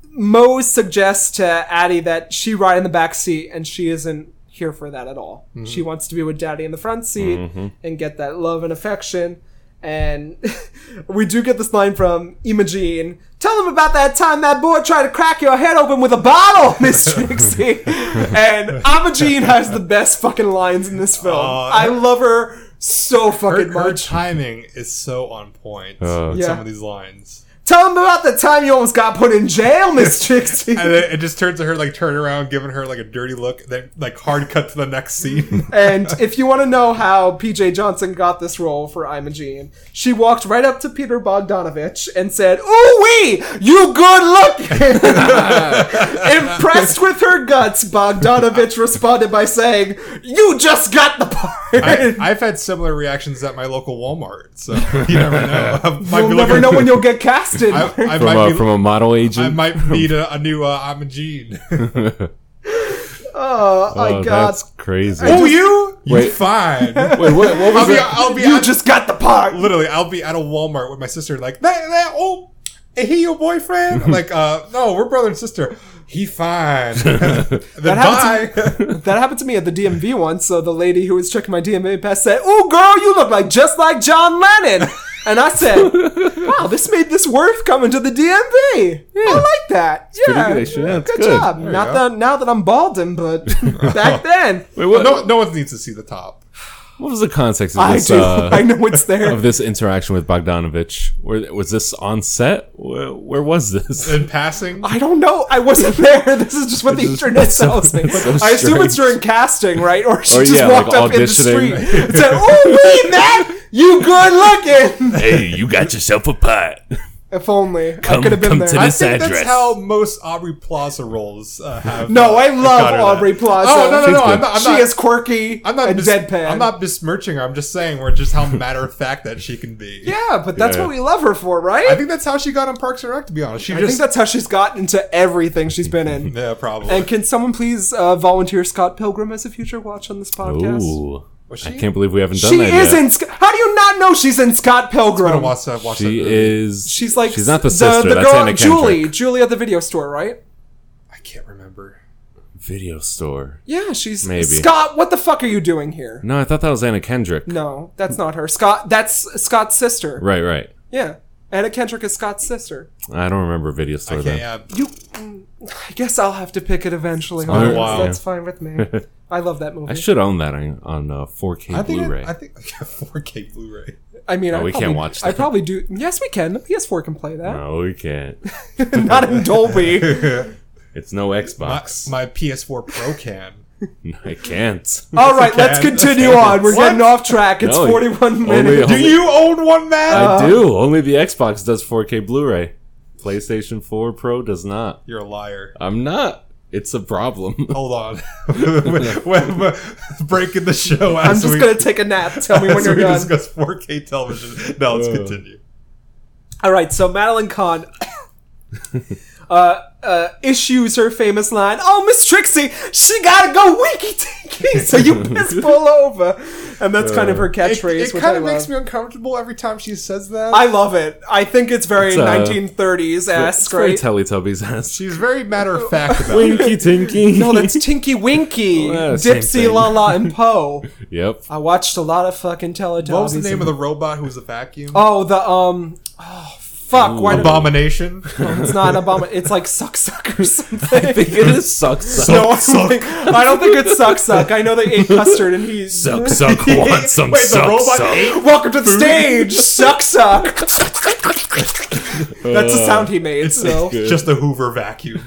A: Mose suggests to Addie that she ride in the back seat, and she isn't here for that at all.
C: Mm-hmm.
A: She wants to be with Daddy in the front seat and get that love and affection. And [LAUGHS] we do get this line from Imogene. Tell him about that time that boy tried to crack your head open with a bottle, [LAUGHS] Miss
C: [LAUGHS]
A: Trixie. and Imogene has the best fucking lines in this film.
C: Aw,
A: I love her so fucking
C: Her, her
A: much.
C: timing is so on point
B: Uh.
C: with
A: Yeah.
C: some of these lines.
A: Tell him about the time you almost got put in jail, Miss
C: [LAUGHS]
A: Trixie.
C: And then it just turns to her like turn around, giving her like a dirty look, then like hard cut to the
B: [LAUGHS]
C: next scene.
A: and if you want to know how PJ Johnson got this role for Imogene, she walked right up to Peter Bogdanovich and said, Ooh wee, you good
C: [LAUGHS]
A: looking. Impressed with her guts, Bogdanovich responded by saying, You just got the part.
C: I, I've had similar reactions at my local
B: [LAUGHS]
C: Walmart, so you never know. I might
A: You'll never
C: be looking-
A: know when you'll get casted.
C: I, I
B: From
C: might
B: a, [LAUGHS]
C: be,
B: from a model agent. [LAUGHS]
C: I might need a, a new uh, Imogene.
A: Oh, my
B: Oh,
A: God.
B: that's crazy.
A: Who you?
C: Oh,
B: [LAUGHS]
C: You
B: Wait.
C: fine.
B: [LAUGHS] Wait, what, what
C: I'll
B: was
C: be,
B: that?
C: I'll be,
A: You
C: I'll-
A: just got the part.
C: literally, I'll be at a Walmart with my sister, like that, that. Oh, is he your boyfriend? I'm
A: [LAUGHS]
C: like, uh, no, we're brother and sister. He fine. [LAUGHS] then bye.
A: happened
B: [LAUGHS]
A: That happened to me at the DMV once. So the lady who was checking my DMV pass said, "Oh, girl, you look like just like John
B: [LAUGHS]
A: Lennon." And I said, "Wow, this made this worth coming to the DMV. I like that.
B: pretty
A: yeah,
B: good, actually. Yeah, it's
A: good,
B: good.
A: job.
C: There
A: Not
C: you go.
A: that now that I'm balding,
B: [LAUGHS]
A: but back then,
B: Wait, what,
C: no, no one needs to see the top.
B: what was the context of
A: I
B: this?
A: do.
B: uh,
A: [LAUGHS] I know it's
B: of
A: there.
B: this interaction with Bogdanovich? Where, was this on set? Where, where
A: [LAUGHS]
B: was [LAUGHS] this?
C: In passing,
A: I don't know. I
B: [LAUGHS]
A: wasn't there. This is just what the
B: It's just-
A: internet
B: it's [LAUGHS] so-
A: tells me.
B: it's so
A: I assume it's
B: strange.
A: during casting, right? Or she
B: Or,
A: just
B: yeah,
A: walked
B: like
A: up in the street
B: auditioning.
A: and said, "Oh, wait, man, you good looking."
B: [LAUGHS] hey, you got yourself a pot.
A: If only I
B: Come-
A: could have been
B: come
A: there.
B: to
C: I
B: this
C: think
B: address.
C: that's how most Aubrey Plaza roles uh, have.
A: no,
C: uh,
A: I
C: have
A: love
C: gotten her
A: Aubrey
C: that.
A: Plaza.
C: Oh no, no,
B: She's
C: no! I'm
B: good.
C: not, I'm
A: she
C: not,
A: is quirky
C: I'm not
A: and
C: bes-
A: deadpan.
C: I'm not besmirching her. I'm just saying we're just how matter of fact that she can be.
A: Yeah, but that's
B: Yeah.
A: what we love her for, right?
C: I think that's how she got on Parks and Rec. To be honest, she
A: I think
C: just
A: that's how she's gotten into everything she's been
B: [LAUGHS]
A: in.
C: yeah, probably.
A: And can someone please uh, volunteer Scott Pilgrim as a future watch on this podcast?
B: Ooh.
C: Was
B: I
C: she-
B: can't believe we haven't done
A: She
B: that
A: is
B: yet.
A: in. Sc- How do you not know she's in Scott
C: I
A: Pilgrim?
C: don't watch that. Watch
B: She
C: that movie.
B: is.
A: She's like
B: She's not the,
A: s-
B: sister.
A: The,
B: that's
A: girl,
B: Anna
A: Julie,
B: Kendrick.
A: Julie at the video store, right?
C: I can't remember.
B: Video store.
A: Yeah, she's
B: Maybe.
A: Scott. What the fuck are you doing here?
B: No, I thought that was Anna Kendrick.
A: No, that's not her. Scott. That's Scott's sister.
B: Right, right.
A: Yeah. Anna Kendrick is Scott's sister.
B: I don't remember video store
C: Okay,
B: then.
C: yeah,
A: You, mm, I guess I'll have to pick it eventually.
B: been
C: a
A: That's-
C: while.
A: That's fine with me.
B: [LAUGHS]
A: I love that movie.
B: I
A: I,
B: should own that on, on uh, 4K
C: I think
B: Blu-ray.
C: I, think [LAUGHS] 4K Blu-ray.
A: mean, I
B: we can't
A: probably,
B: watch
A: I
B: that.
A: probably do. Yes, we can. The PS4 can play that.
B: no, we can't.
A: [LAUGHS] Not in
B: [LAUGHS]
A: Dolby.
B: It's
C: [LAUGHS]
B: no
C: My,
B: Xbox.
C: my PS4 Pro
B: [LAUGHS]
C: can.
B: I
C: [LAUGHS]
B: can't.
A: All right,
C: Yes, we
A: let's
C: can.
A: continue on. We're
C: What?
A: getting off track. It's
B: No,
A: 41
B: only-
A: minutes.
C: Do you uh, own one, Matt?
B: I do. Only the Xbox does 4K Blu-ray. PlayStation 4 Pro does not.
C: You're a liar.
B: I'm not. It's a problem. [LAUGHS]
C: Hold on. We're- we're breaking the show.
A: I'm
C: As
A: just
C: we,
A: going to take a nap. Tell me
B: [LAUGHS]
C: as
A: when you're
C: we
A: done.
C: discuss 4K television. No, let's
B: Uh.
C: continue.
A: All right, so Madeline Kahn [COUGHS] uh, uh, issues her famous line, "Oh, Miss Trixie, she gotta go winky tinky, so
B: [LAUGHS]
A: you best pull over," and that's kind
B: Uh.
A: of her
C: It,
A: catchphrase.
C: it
A: which
C: kind
A: I
C: of makes
A: love.
C: me uncomfortable every time she says that.
A: I love it. I think it's very
B: uh,
A: 1930s
B: It's
A: esque,
B: very
A: right?
B: Teletubbies ass. [LAUGHS]
C: She's very matter
A: [LAUGHS]
C: of fact about it. [LAUGHS]
B: Tinky tinky.
A: no,
B: [LAUGHS]
A: that's Tinky Winky,
B: Yeah, same
A: Dipsy,
B: thing.
A: La
B: [LAUGHS]
A: La, and Poe.
B: Yep.
A: I watched a lot of fucking Teletubbies.
C: What was the name of the robot who was a vacuum?
A: Oh, the um, oh fuck, why did, [LAUGHS]
C: Abomination.
A: it's not an abomin. It's like suck suck or something.
B: [LAUGHS] I think it is suck suck.
A: No, I don't, think, I don't think it's suck suck. I know they ate custard and he
B: Suck suck wants some
C: [LAUGHS] Wait, the
B: suck
C: robot
B: suck.
C: ate
A: Welcome to the stage, suck suck. That's the sound he made. So,
B: good.
C: Just a
B: [LAUGHS]
C: Hoover vacuum.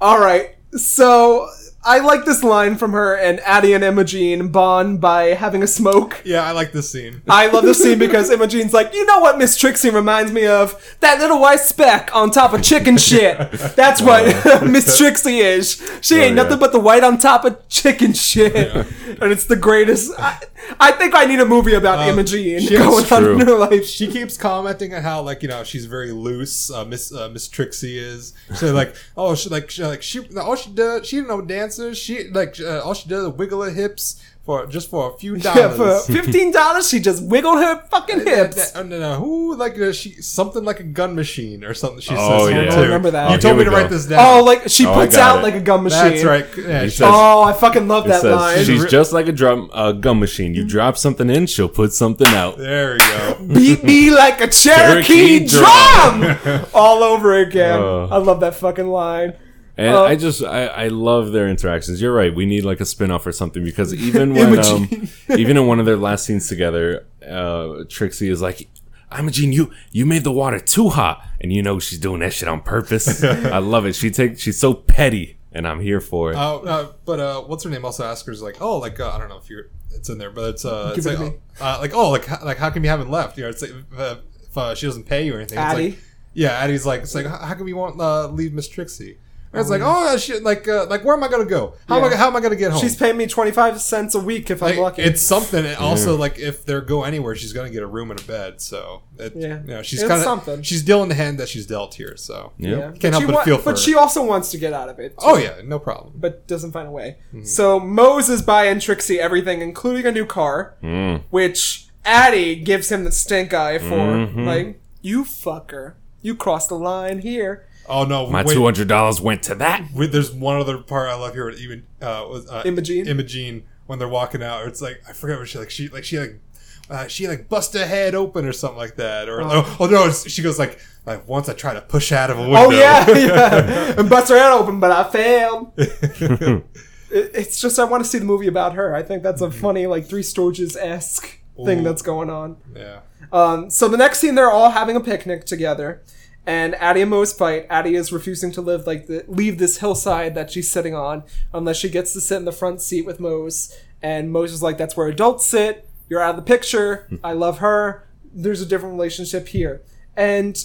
A: all right. So I like this line from her and Addie and Imogene bond by having a smoke.
C: yeah, I like this scene.
A: I love this scene because Imogene's like, you know what Miss Trixie reminds me of? That little white speck on top of chicken shit. That's
B: [LAUGHS]
A: what [LAUGHS] Miss Trixie is. She ain't
B: Oh, yeah.
A: nothing but the white on top of chicken shit. And it's the greatest. I, I think I need a movie about Imogene
C: she-
A: going
C: it's
A: on
B: Uh, true.
A: in her life. She,
B: [LAUGHS]
C: she keeps commenting on how like you know she's very loose. Uh, Miss uh, Miss Trixie is. So like [LAUGHS] oh she like she like she all she does she ain't no dancer. She like uh, all she does is wiggle her hips for just for a
A: [LAUGHS]
C: few
A: yeah, for
C: dollars.
A: fifteen dollars, she just wiggled her fucking
C: [LAUGHS]
A: hips.
C: No, no, no. Who like uh, she something like a gun machine or something? She
B: Oh,
C: says. here,
B: yeah.
A: I
C: too.
A: remember that.
C: You
A: Oh,
C: told
B: here
C: me
B: we
C: to
B: go.
C: write this down.
A: Oh, like she
B: Oh, I
A: puts
B: got
A: out
B: it.
A: like a gum machine.
C: that's right. Yeah,
B: He
C: she-
B: says-
A: Oh, I fucking love
B: It
A: that line.
B: says she's
C: Re-
B: just like a drum uh, gun machine. You drop something in, she'll put something out.
C: there
B: [LAUGHS]
C: we go.
A: beat me like a Cherokee
B: Cherokee
A: drum [LAUGHS] all over again.
B: Oh.
A: I love that fucking line.
B: And
C: Oh.
A: Uh,
B: I just I, I love their interactions. You're right. We need like a spin-off or something because
C: [LAUGHS]
B: even when um, even in one of their last scenes together, uh, Trixie is like, "Imogene, you you made the water too hot," and you know she's doing that shit on
C: [LAUGHS]
B: purpose. I love it. She takes she's so petty, and I'm here for it.
C: Uh, uh, but uh, what's her name? Also, asked her is like, oh, like uh, I don't know if you're, it's in there, but it's uh, it's
A: Give
C: like,
A: it to
C: oh,
A: me.
C: uh, like oh, like how, like how come you haven't left? You know, it's like uh, if uh, she doesn't pay you or anything. It's
A: Addie.
C: like, yeah, Addie's like, it's like how how come you won't uh, leave Miss Trixie? It's like, oh shit, like, uh, like where am I gonna go? How am I,
A: Yeah.
C: how am I gonna get home?
A: She's paying me 25 cents a week if I'm
C: Like,
A: lucky.
C: it's something. And also, like, if they go anywhere, she's gonna get a room and a bed. So, it,
A: Yeah.
C: you know, she's
A: It's
C: kind of
A: something.
C: She's dealing the hand that she's dealt here. So,
B: Yeah.
A: But
C: help
A: she
C: but feel for
A: But
C: her.
A: she also wants to get out of it.
C: oh yeah, no problem.
A: But doesn't find a way.
C: Hmm.
A: So Mose is buying Trixie everything, including a new car,
B: Hmm.
A: which Addie gives him the stink eye for.
B: Mm-hmm.
A: Like, you fucker. You crossed the line here.
C: Oh no,
B: My
C: wait,
B: two hundred dollars went to that.
C: wait, there's one other part I love here. with Even uh, was, uh,
A: Imogene?
C: Imogene when they're walking out, it's like I forget what she like. She like she like. Uh, she like bust her head open or something like that, or oh, oh no, it's- she goes like like once I try to push out of a window.
A: Oh, yeah, yeah. and busts her head open, but I failed. it, it's just, I want to see the movie about her. I think that's a funny, like, Three Stooges esque thing
C: Ooh.
A: that's going on.
C: [LAUGHS] yeah.
A: Um, so the next scene, they're all having a picnic together, and Addie and Mose fight. Addie is refusing to live like the, leave this hillside that she's sitting on unless she gets to sit in the front seat with Mose. And Mose is like, "That's where adults sit. You're out of the picture.
C: Hmm.
A: I love her. There's a different relationship here." And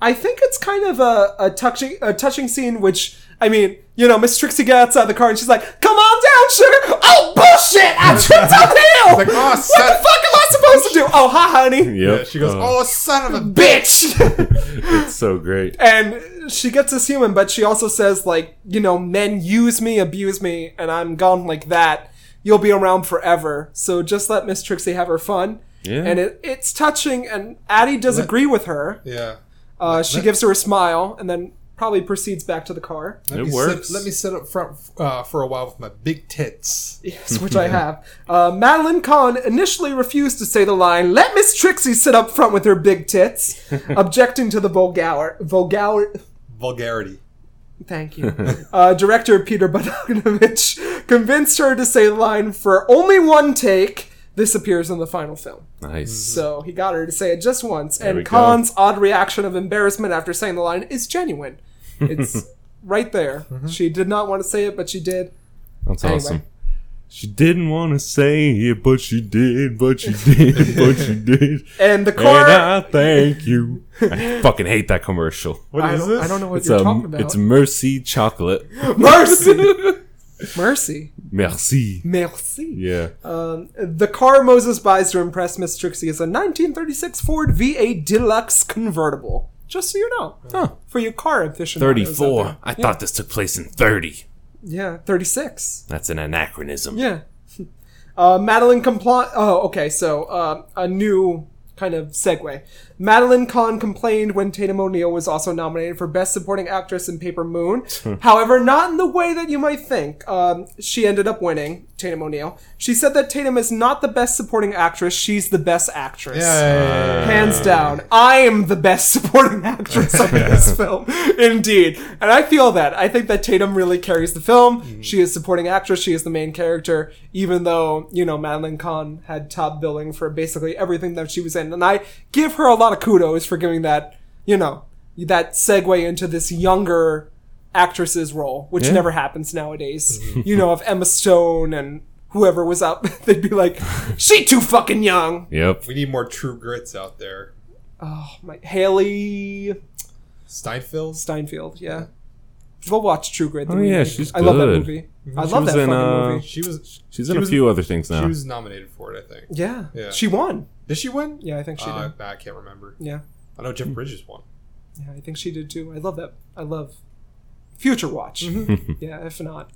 A: I think it's kind of a, a touching a touching scene, which I mean, you know, Miss Trixie gets out of the car and she's like, "Come on down, sugar." Oh bullshit! I
C: [LAUGHS]
A: tripped up the hill.
C: Like, "Oh,
A: what
C: son-
A: the fuck am I supposed to do? Oh hi,
C: [LAUGHS]
A: honey
B: Yep.
C: Yeah, she goes,
B: Uh,
C: "Oh, son of a [LAUGHS]
A: bitch
B: it's so great.
A: and she gets us human but she also says like you know men use me abuse me and i'm gone like that you'll be around forever so just let miss trixie have her fun
B: Yeah.
A: and it, it's touching and addie does agree with her
C: yeah."
A: uh, she
C: let-
A: gives her a smile and then probably proceeds back to the car
C: Let
B: It
C: me
B: works.
C: Sit, let me sit up front uh, for a while with my big tits.
A: yes, which i have uh, madeline kahn initially refused to say the line let miss trixie sit up front with her big
C: [LAUGHS]
A: tits objecting to the vulgar vulgar
C: Vulgarity.
A: Thank you. [LAUGHS] uh, director Peter Bogdanovich [LAUGHS] convinced her to say the line for only one take. This appears in the final film.
B: Nice.
A: So he got her to say it just once.
B: we
A: and
B: go.
A: Khan's odd reaction of embarrassment after saying the line is genuine.
B: [LAUGHS]
A: It's right there.
B: Mm-hmm.
A: She did not want to say it, but she did.
B: That's
A: Anyway.
B: awesome. She didn't want to say it, but she did, but
A: [LAUGHS]
B: she did, but she did.
A: And the car.
B: And I thank you. I fucking hate that commercial.
A: I don't, I don't know what
B: It's
A: you're
B: a,
A: talking about.
B: it's Mercy Chocolate.
A: [GASPS]
B: [LAUGHS]
A: mercy, mercy,
B: Merci.
A: merci.
B: Yeah.
A: The car Moses buys to impress Miss Trixie is a 1936 Ford V8 Deluxe convertible. Just so you know.
B: Huh.
A: For your car aficionados. out there.
B: 34. I thought this took place in 30.
A: Yeah, 36.
B: That's an anachronism.
A: Yeah. [LAUGHS] Uh, Madeline compli Oh, okay. So uh, a new kind of segue. Madeline Kahn complained when Tatum O'Neill was also nominated for Best Supporting Actress in Paper Moon. However, not in the way that you might think. Um, she ended up winning. Tatum O'Neill. She said that Tatum is not the best supporting actress. She's the best actress. Hands down, I am the best [LAUGHS] supporting actress of this film, indeed, and I feel that. I think that Tatum really carries the film. She is supporting actress. She is the main character, even though you know Madeline Kahn had top billing for basically everything that she was in, and I give her a lot of kudos for giving that you know that segue into this younger actress's role, which never happens nowadays. you know, if Emma Stone and whoever was [LAUGHS] up, they'd be like, "She too fucking young." Oh,
B: Yep.
C: We need more true grits out there.
A: My Haley
C: Steinfeld.
A: Steinfeld, yeah. We'll watch True Grit. the
B: Oh, yeah,
A: movie.
B: she's
A: I love that
B: good.
A: movie. I
B: She
A: love
B: was
A: that
B: in,
A: fucking
B: uh,
A: movie.
C: She was.
B: She's in a
C: was-
B: few other things now.
C: She was nominated for it, I think.
A: Yeah.
C: Yeah.
A: she won.
C: Did she win?
A: Yeah, I think she
C: Uh,
A: did.
C: I can't remember.
A: Yeah,
C: I know Jeff Bridges won.
A: yeah, I think she did too. I love that. I love Future Watch.
B: [LAUGHS]
A: yeah, if not,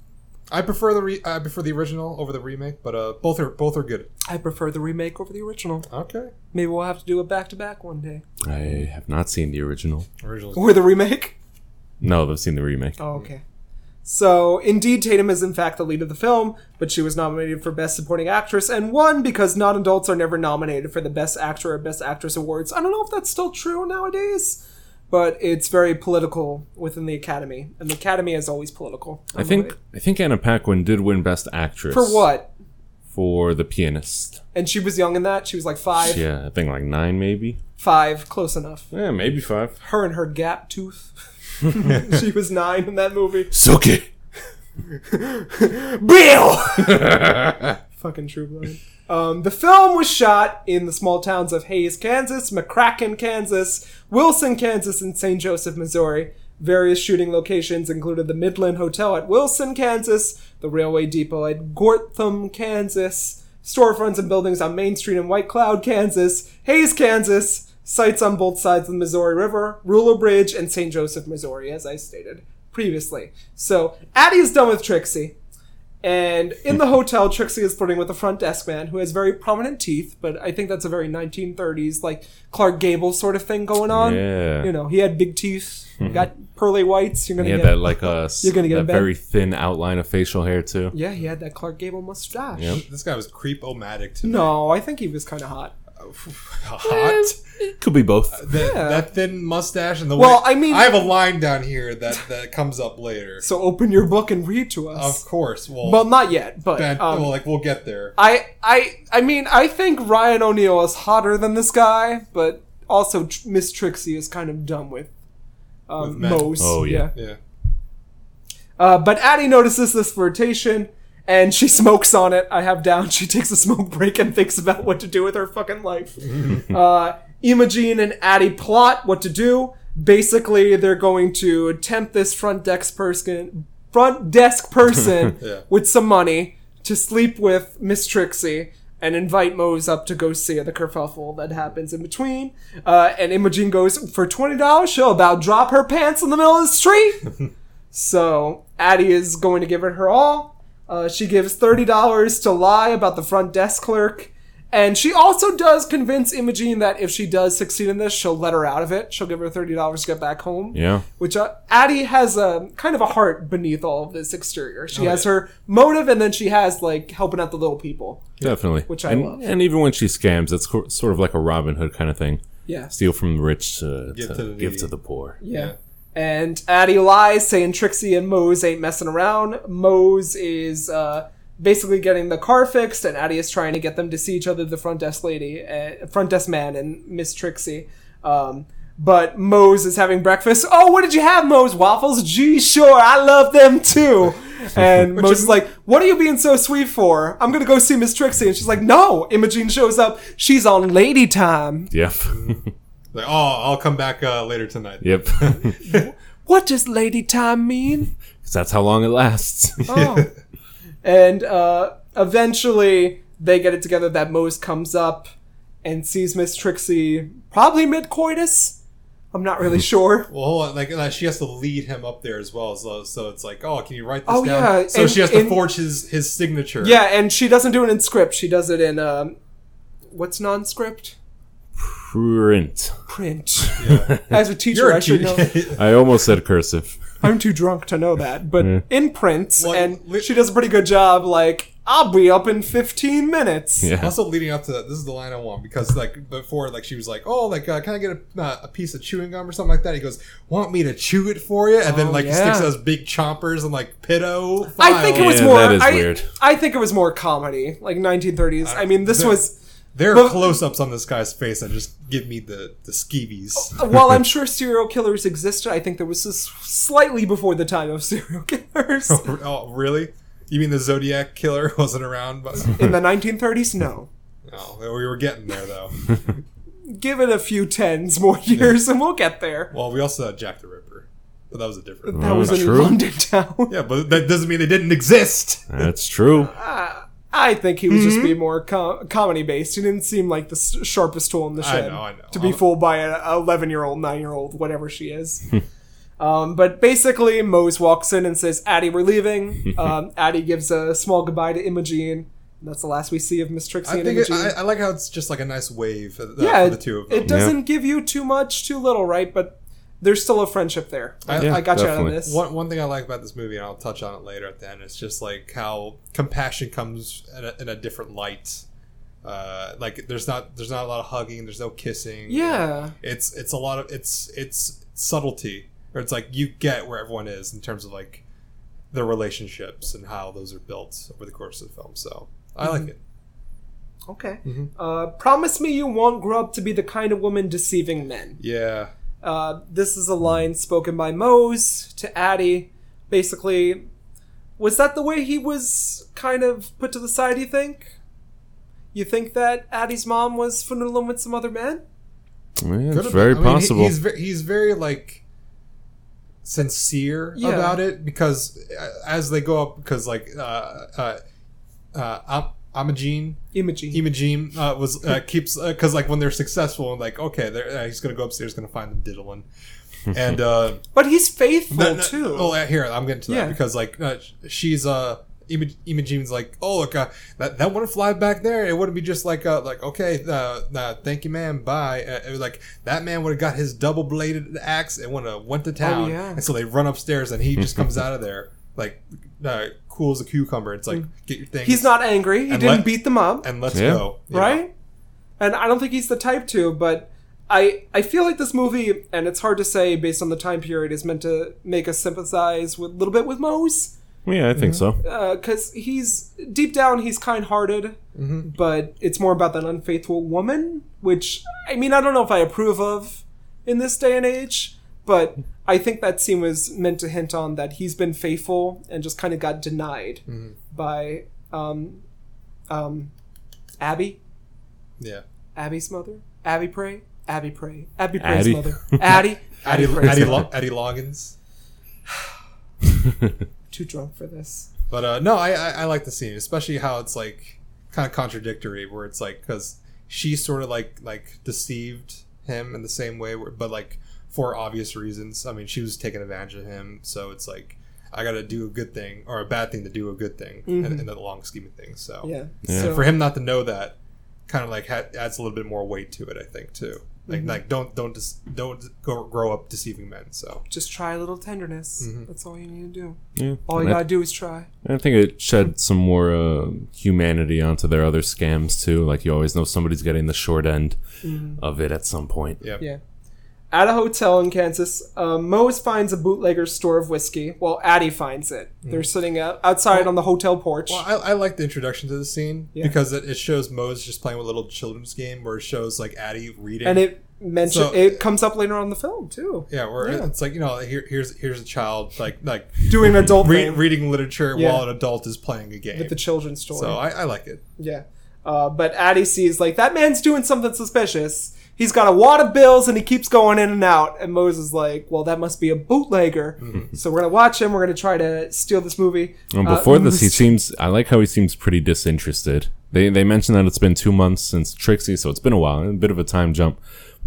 C: I prefer the re- I prefer the original over the remake, but uh, both are both are good.
A: I prefer the remake over the original.
C: Okay.
A: Maybe we'll have to do a back to back one day,
B: I have not seen the original.
C: Original.
A: or the remake.
B: No, I've seen the remake.
A: Oh, okay. So, indeed, Tatum is in fact the lead of the film, but she was nominated for Best Supporting Actress and won because non adults are never nominated for the Best Actor or Best Actress awards. I don't know if that's still true nowadays, but it's very political within the Academy, and the Academy is always political.
B: I think I think Anna Paquin did win Best Actress
A: For what?
B: For The Pianist.
A: And she was young in that. She was like five,
B: Yeah, I think like nine maybe.
A: five, close enough.
B: Yeah, maybe five.
A: Her and her gap
B: [LAUGHS]
A: tooth. [LAUGHS] she was nine in that movie.
B: Suck it.
A: Bill! Fucking True Blood. Um, the film was shot in the small towns of Hayes, Kansas, McCracken, Kansas, Wilson, Kansas, and St. Joseph, Missouri. Various shooting locations included the Midland Hotel at Wilson, Kansas, the Railway Depot at Gortham, Kansas, storefronts and buildings on Main Street in White Cloud, Kansas, Hayes, Kansas, sites on both sides of the Missouri River, Ruler Bridge, and St. Joseph, Missouri, as I stated previously. So, Addie is done with Trixie. And in the hotel, Trixie is flirting with the front desk man who has very prominent teeth, but I think that's a very 1930s, like Clark Gable sort of thing going on.
B: Yeah. Hmm.
A: You know, he had big teeth, got pearly whites. You're going
B: He
A: to
B: had
A: get
B: that like uh, s-
A: [LAUGHS] You're gonna get a
B: that
A: bed.
B: very thin outline of facial hair too.
A: Yeah, he had that Clark Gable mustache.
B: Yep.
C: [LAUGHS] This guy was creep-o-matic to me.
A: No, I think he was kind of hot.
C: [LAUGHS] Hot.
B: Could be both.
C: That,
A: Yeah.
C: that thin mustache and the
A: Well,
C: way-
A: I mean-
C: I have a line down here that that comes up later.
A: So open your book and read to us.
C: Of course, well,
A: well, not yet, but
C: Ben-
A: um,
C: well, like we'll get there.
A: I, I, I mean, I think Ryan O'Neal is hotter than this guy, but also Tr- Miss Trixie is kind of dumb with,
C: With
A: um,
C: men.
A: Mose.
B: Oh, yeah.
C: Yeah,
A: Uh, but Addie notices this flirtation and she [LAUGHS] smokes on it. I have down. She takes a smoke break and thinks about what to do with her fucking life. uh, Imogene and Addie plot what to do. Basically, they're going to tempt this front desk person, front desk person,
C: Yeah.
A: with some money to sleep with Miss Trixie and invite Mose up to go see the kerfuffle that happens in between. Uh, and Imogene goes for twenty dollars. She'll about drop her pants in the middle of the street. So Addie is going to give it her all. Uh, she gives thirty dollars to lie about the front desk clerk, and she also does convince Imogene that if she does succeed in this, she'll let her out of it. She'll give her thirty dollars to get back home.
B: Yeah.
A: Which uh, Addie has a kind of a heart beneath all of this exterior. She has her motive, and then she has like helping out the little people.
B: Definitely.
A: Which I
B: and,
A: love.
B: And even when she scams, it's co- sort of like a Robin Hood kind of thing.
A: Yeah.
B: Steal from the rich to,
C: Give
B: to
C: to the
B: give
C: needy.
B: to the poor.
A: Yeah.
C: Yeah.
A: And Addie lies, saying Trixie and Mose ain't messing around. Mose is uh, basically getting the car fixed, and Addie is trying to get them to see each other, the front desk lady, uh, front desk man, and Miss Trixie. Um, but Mose is having breakfast. Oh, what did you have, Mose? Waffles? Gee, sure, I love them [LAUGHS] too. And Mose is like, "What are you being so sweet for? I'm gonna go see Miss Trixie." And she's like, "No." Imogene shows up. She's on lady time.
B: Yep. [LAUGHS]
C: like oh, I'll come back uh, later tonight.
B: yep. [LAUGHS] Because
A: What does lady time mean?
B: that's how long
A: [LAUGHS]
B: it lasts. [LAUGHS]
A: Oh. and uh, eventually they get it together that Mose comes up and sees Miss Trixie probably mid coitus. I'm not
B: [LAUGHS]
A: really sure.
C: Well, hold on. Like uh, she has to lead him up there as well. So, so it's like, oh, can you write this
A: Oh,
C: down?
A: yeah,
C: So
A: and-
C: she has to
A: and-
C: forge his his signature.
A: Yeah, and she doesn't do it in script. She does it in um, what's non-script?
B: Print.
A: Print.
C: Yeah.
A: As a teacher,
C: You're
A: I
C: a
A: should know.
B: [LAUGHS]
C: teacher.
B: I almost said cursive. [LAUGHS]
A: I'm too drunk to know that, but in print,
C: Well,
A: and
C: li-
A: she does a pretty good job. Like, I'll be up in 15 minutes.
B: Yeah.
C: also leading up to that, this is the line I want because like before, like she was like, oh, like uh, can I get a, uh, a piece of chewing gum or something like that? He goes, want me to chew it for you? And
A: Oh,
C: then like he sticks
A: yeah.
C: those big chompers and like pitto.
A: I think it
C: file.
A: was
B: Yeah,
A: more.
B: that is
A: I,
B: weird.
A: I think it was more comedy, like 1930s. I mean, this
C: the-
A: was.
C: There are
A: But-
C: close-ups on this guy's face that just give me the the skeevies.
A: While
C: [LAUGHS]
A: I'm sure serial killers existed, I think there was this slightly before the time of [LAUGHS] serial killers.
C: oh, really? You mean the Zodiac killer [LAUGHS] wasn't
A: [LAUGHS]
C: around? But
A: In the 1930s, no.
C: no, we were getting
A: [LAUGHS]
C: there though.
A: Give it a few tens more years and we'll get there.
C: Well, we also had Jack the Ripper, but that was a different.
A: That
B: Oh,
A: was in
B: true.
A: London town. [LAUGHS]
C: Yeah, but that doesn't mean they didn't exist.
B: That's true.
A: I think he was just
C: Mm-hmm.
A: being more com- comedy based. He didn't seem like the s- sharpest tool in the
C: I
A: shed
C: know, I know.
A: to be
C: I'm-
A: fooled by an 11 year old, 9 year old, whatever she
C: [LAUGHS]
A: is.
C: Hmm.
A: um, but basically, Mose walks in and says, Addie, we're
C: [LAUGHS]
A: leaving. um, Addie gives a small goodbye to Imogene. And that's the last we see of Miss Trixie
C: I
A: and
C: think it,
A: Imogene.
C: I, I like how it's just like a nice wave uh,
A: yeah,
C: for the
A: it-
C: two of
A: It
C: them.
A: doesn't give you too much, too little, right? But there's still a friendship there. I,
C: Yeah,
A: I got you out of
B: definitely.
A: this.
C: One, one thing I like about this movie, and I'll touch on it later at the end, it's just like how compassion comes in a, in a different light. Uh, like there's not there's not a lot of hugging, there's no kissing.
A: Yeah.
C: it's it's a lot of it's it's subtlety, or it's like you get where everyone is in terms of like their relationships and how those are built over the course of the film. So I like it.
A: Okay.
C: Mm-hmm.
A: Uh, promise me you won't grow up to be the kind of woman deceiving men.
C: Yeah,
A: Uh, this is a line spoken by Mose to Addie. Basically, was that the way he was kind of put to the side, you think? You think that Addie's mom was fondling with some other man?
B: Yeah, it's
C: Could've
B: very
C: been. I mean, he-
B: possible.
C: he's ve- he's very like sincere
A: Yeah.
C: about it because uh, as they go up, because like uh, uh, uh, Am- Imogene,
A: Imogene.
C: Imogene uh,
B: [LAUGHS]
C: was uh, keeps because like when they're successful, like okay, they're, uh, he's gonna go upstairs, gonna find the
B: [LAUGHS]
C: diddling, and. uh
A: but he's faithful
C: no, no,
A: too.
C: Oh, uh, here I'm getting to that
A: Yeah.
C: because like uh, sh- she's uh. Imo- Imogene's like, oh look, uh, that that wouldn't fly back there. It wouldn't be just like, uh, like okay, uh, uh, thank you, man, bye. Uh, it was like that man would have got his double bladed axe and would have went to town.
A: Oh, yeah.
C: And so they run upstairs and he just comes out of there like uh, cool as a cucumber. It's like get your things.
A: Mm. he's not angry. He
C: And
A: didn't
C: let-
A: beat them up.
C: and let's
B: Yeah.
C: go. you know?
A: right? And I don't think he's the type to, but I I feel like this movie, and it's hard to say based on the time period, is meant to make us sympathize with a little bit with Mose,
B: Yeah, I think so.
A: because he's deep down he's kind-hearted, but it's more about that unfaithful woman, which I mean I don't know if I approve of in this day and age, but I think that scene was meant to hint on that he's been faithful and just kind of got denied by um, um, Abby.
C: Yeah.
A: Abby's mother. Abby Prey. Abby Prey. Abby Prey's
B: Addie.
A: mother. Addie.
C: Addie,
A: Addie Prey.
C: Addie, Lo- Addie Loggins.
A: Too drunk for this.
C: But uh, no, I, I I like the scene, especially how it's like kind of contradictory, where it's like because she sort of like like deceived him in the same way, where, but like for obvious reasons. I mean, she was taking advantage of him, so it's like I got to do a good thing or a bad thing to do a good thing in, in the long scheme of things. So
A: Yeah.
B: Yeah.
A: So,
C: for him not to know that kind of like ha- adds a little bit more weight to it, I think too. Like like don't don't just don't go, grow up deceiving men. So
A: just try a little tenderness.
C: Mm-hmm.
A: That's all you need to do.
B: Yeah.
A: All you
B: And I-
A: gotta do is try.
B: I think it shed some more uh, humanity onto their other scams too. Like you always know somebody's getting the short end
A: Mm.
B: of it at some point.
C: yeah,
A: Yeah. At a hotel in Kansas, uh, Mose finds a bootlegger's store of whiskey while Addie finds it. They're sitting out, outside on the hotel porch.
C: Mm-hmm. Well, I, I like the introduction to the scene
A: Yeah.
C: because it, it shows Mose just playing with a little children's game where it shows like Addie reading.
A: and it mentions
C: So-
A: it comes up later on in the film too.
C: yeah, where
A: Yeah.
C: it's like you know here, here's here's a child like
A: [LAUGHS]
C: like
A: Doing an adult
C: re-
A: thing
C: reading literature
A: Yeah.
C: while an adult is playing a game.
A: with the children's story.
C: so I, I like it.
A: Yeah. Uh, but Addie sees, like, that man's doing something suspicious. He's got a wad of bills and he keeps going in and out. And Moses is like, well, that must be a bootlegger. So we're going to watch him. We're going to try to steal this movie.
B: And
A: Uh,
B: Mm-hmm. before this, he
A: Mr.
B: seems. I like how he seems pretty disinterested. They they mentioned that it's been two months since Trixie, so it's been a while, a bit of a time jump,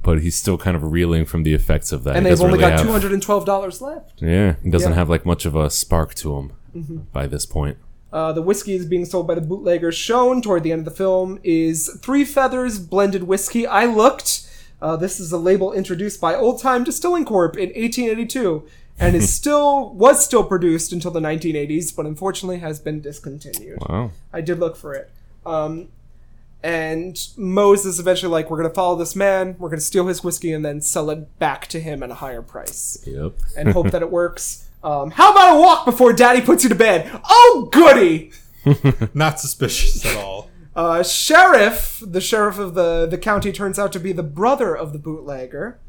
B: but he's still kind of reeling from the effects of that.
A: And
B: He
A: they've
B: doesn't
A: only
B: really
A: got
B: have-
A: $212 left.
B: Yeah, he doesn't
A: Yeah. Mm-hmm.
B: have like much of a spark to him by this point.
A: Uh, the whiskey is being sold by the bootleggers. Shown toward the end of the film is Three Feathers Blended Whiskey. I looked. Uh, this is a label introduced by Old Time Distilling Corp in 1882 and is still was still produced until the 1980s, but unfortunately has been discontinued.
B: Wow.
A: I did look for it. Um, and Moses is eventually like, we're going to follow this man, we're going to steal his whiskey, and then sell it back to him at a higher price
B: Yep.
A: and hope that it works. Um, how about a walk before daddy puts you to bed? Oh, goody!
C: Not suspicious at all.
A: Uh, sheriff, the sheriff of the, the county, turns out to be the brother of the bootlegger,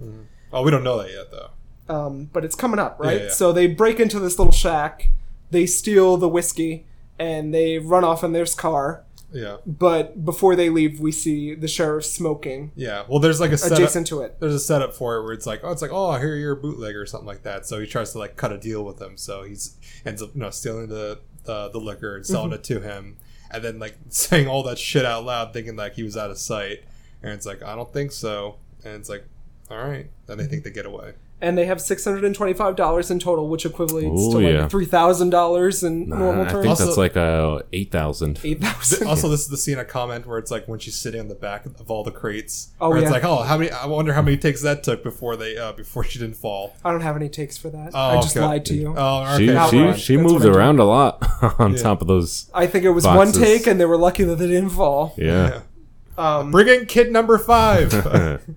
C: Oh, we don't know that yet though.
A: um, but it's coming up, right?
C: Yeah, yeah.
A: So they break into this little shack, they steal the whiskey, and they run off in their car.
C: Yeah,
A: But before they leave, we see the sheriff smoking
C: yeah. Well, there's like a setup.
A: adjacent to it.
C: There's a setup for it where it's like, oh, it's like, oh, I hear you're a bootlegger or something like that. So he tries to like cut a deal with him. So he's ends up, you know, stealing the the, the liquor and
A: Mm-hmm.
C: selling it to him, and then like [LAUGHS] saying all that shit out loud, thinking like he was out of sight. And it's like, I don't think so. And it's like, all right. Then they think they
A: [LAUGHS]
C: get away.
A: And they have $625 in total, which equates to
B: Ooh,
A: like
B: yeah.
A: $3,000 in normal
B: I
A: terms. [LAUGHS]
B: think that's
C: Also-
B: like uh, eight thousand.
A: 8000
C: Also, this is the scene I comment where it's like when she's sitting on the back of all the crates.
A: Oh,
C: where
A: yeah.
C: It's like, oh, how many? I wonder how many takes that took before they uh, before she didn't fall.
A: I don't have any takes for that.
C: Oh,
A: I just
C: okay.
A: lied to you.
C: Oh, okay.
B: She
A: Now
B: she
A: we're on.
B: she
A: That's
B: moves
A: what I do.
B: around a lot [LAUGHS] on top of those.
A: I think it was
B: Boxes.
A: one take, and they were lucky that they didn't fall.
B: Yeah.
A: Um,
C: Bring in kid number five.
A: [LAUGHS]
C: [LAUGHS]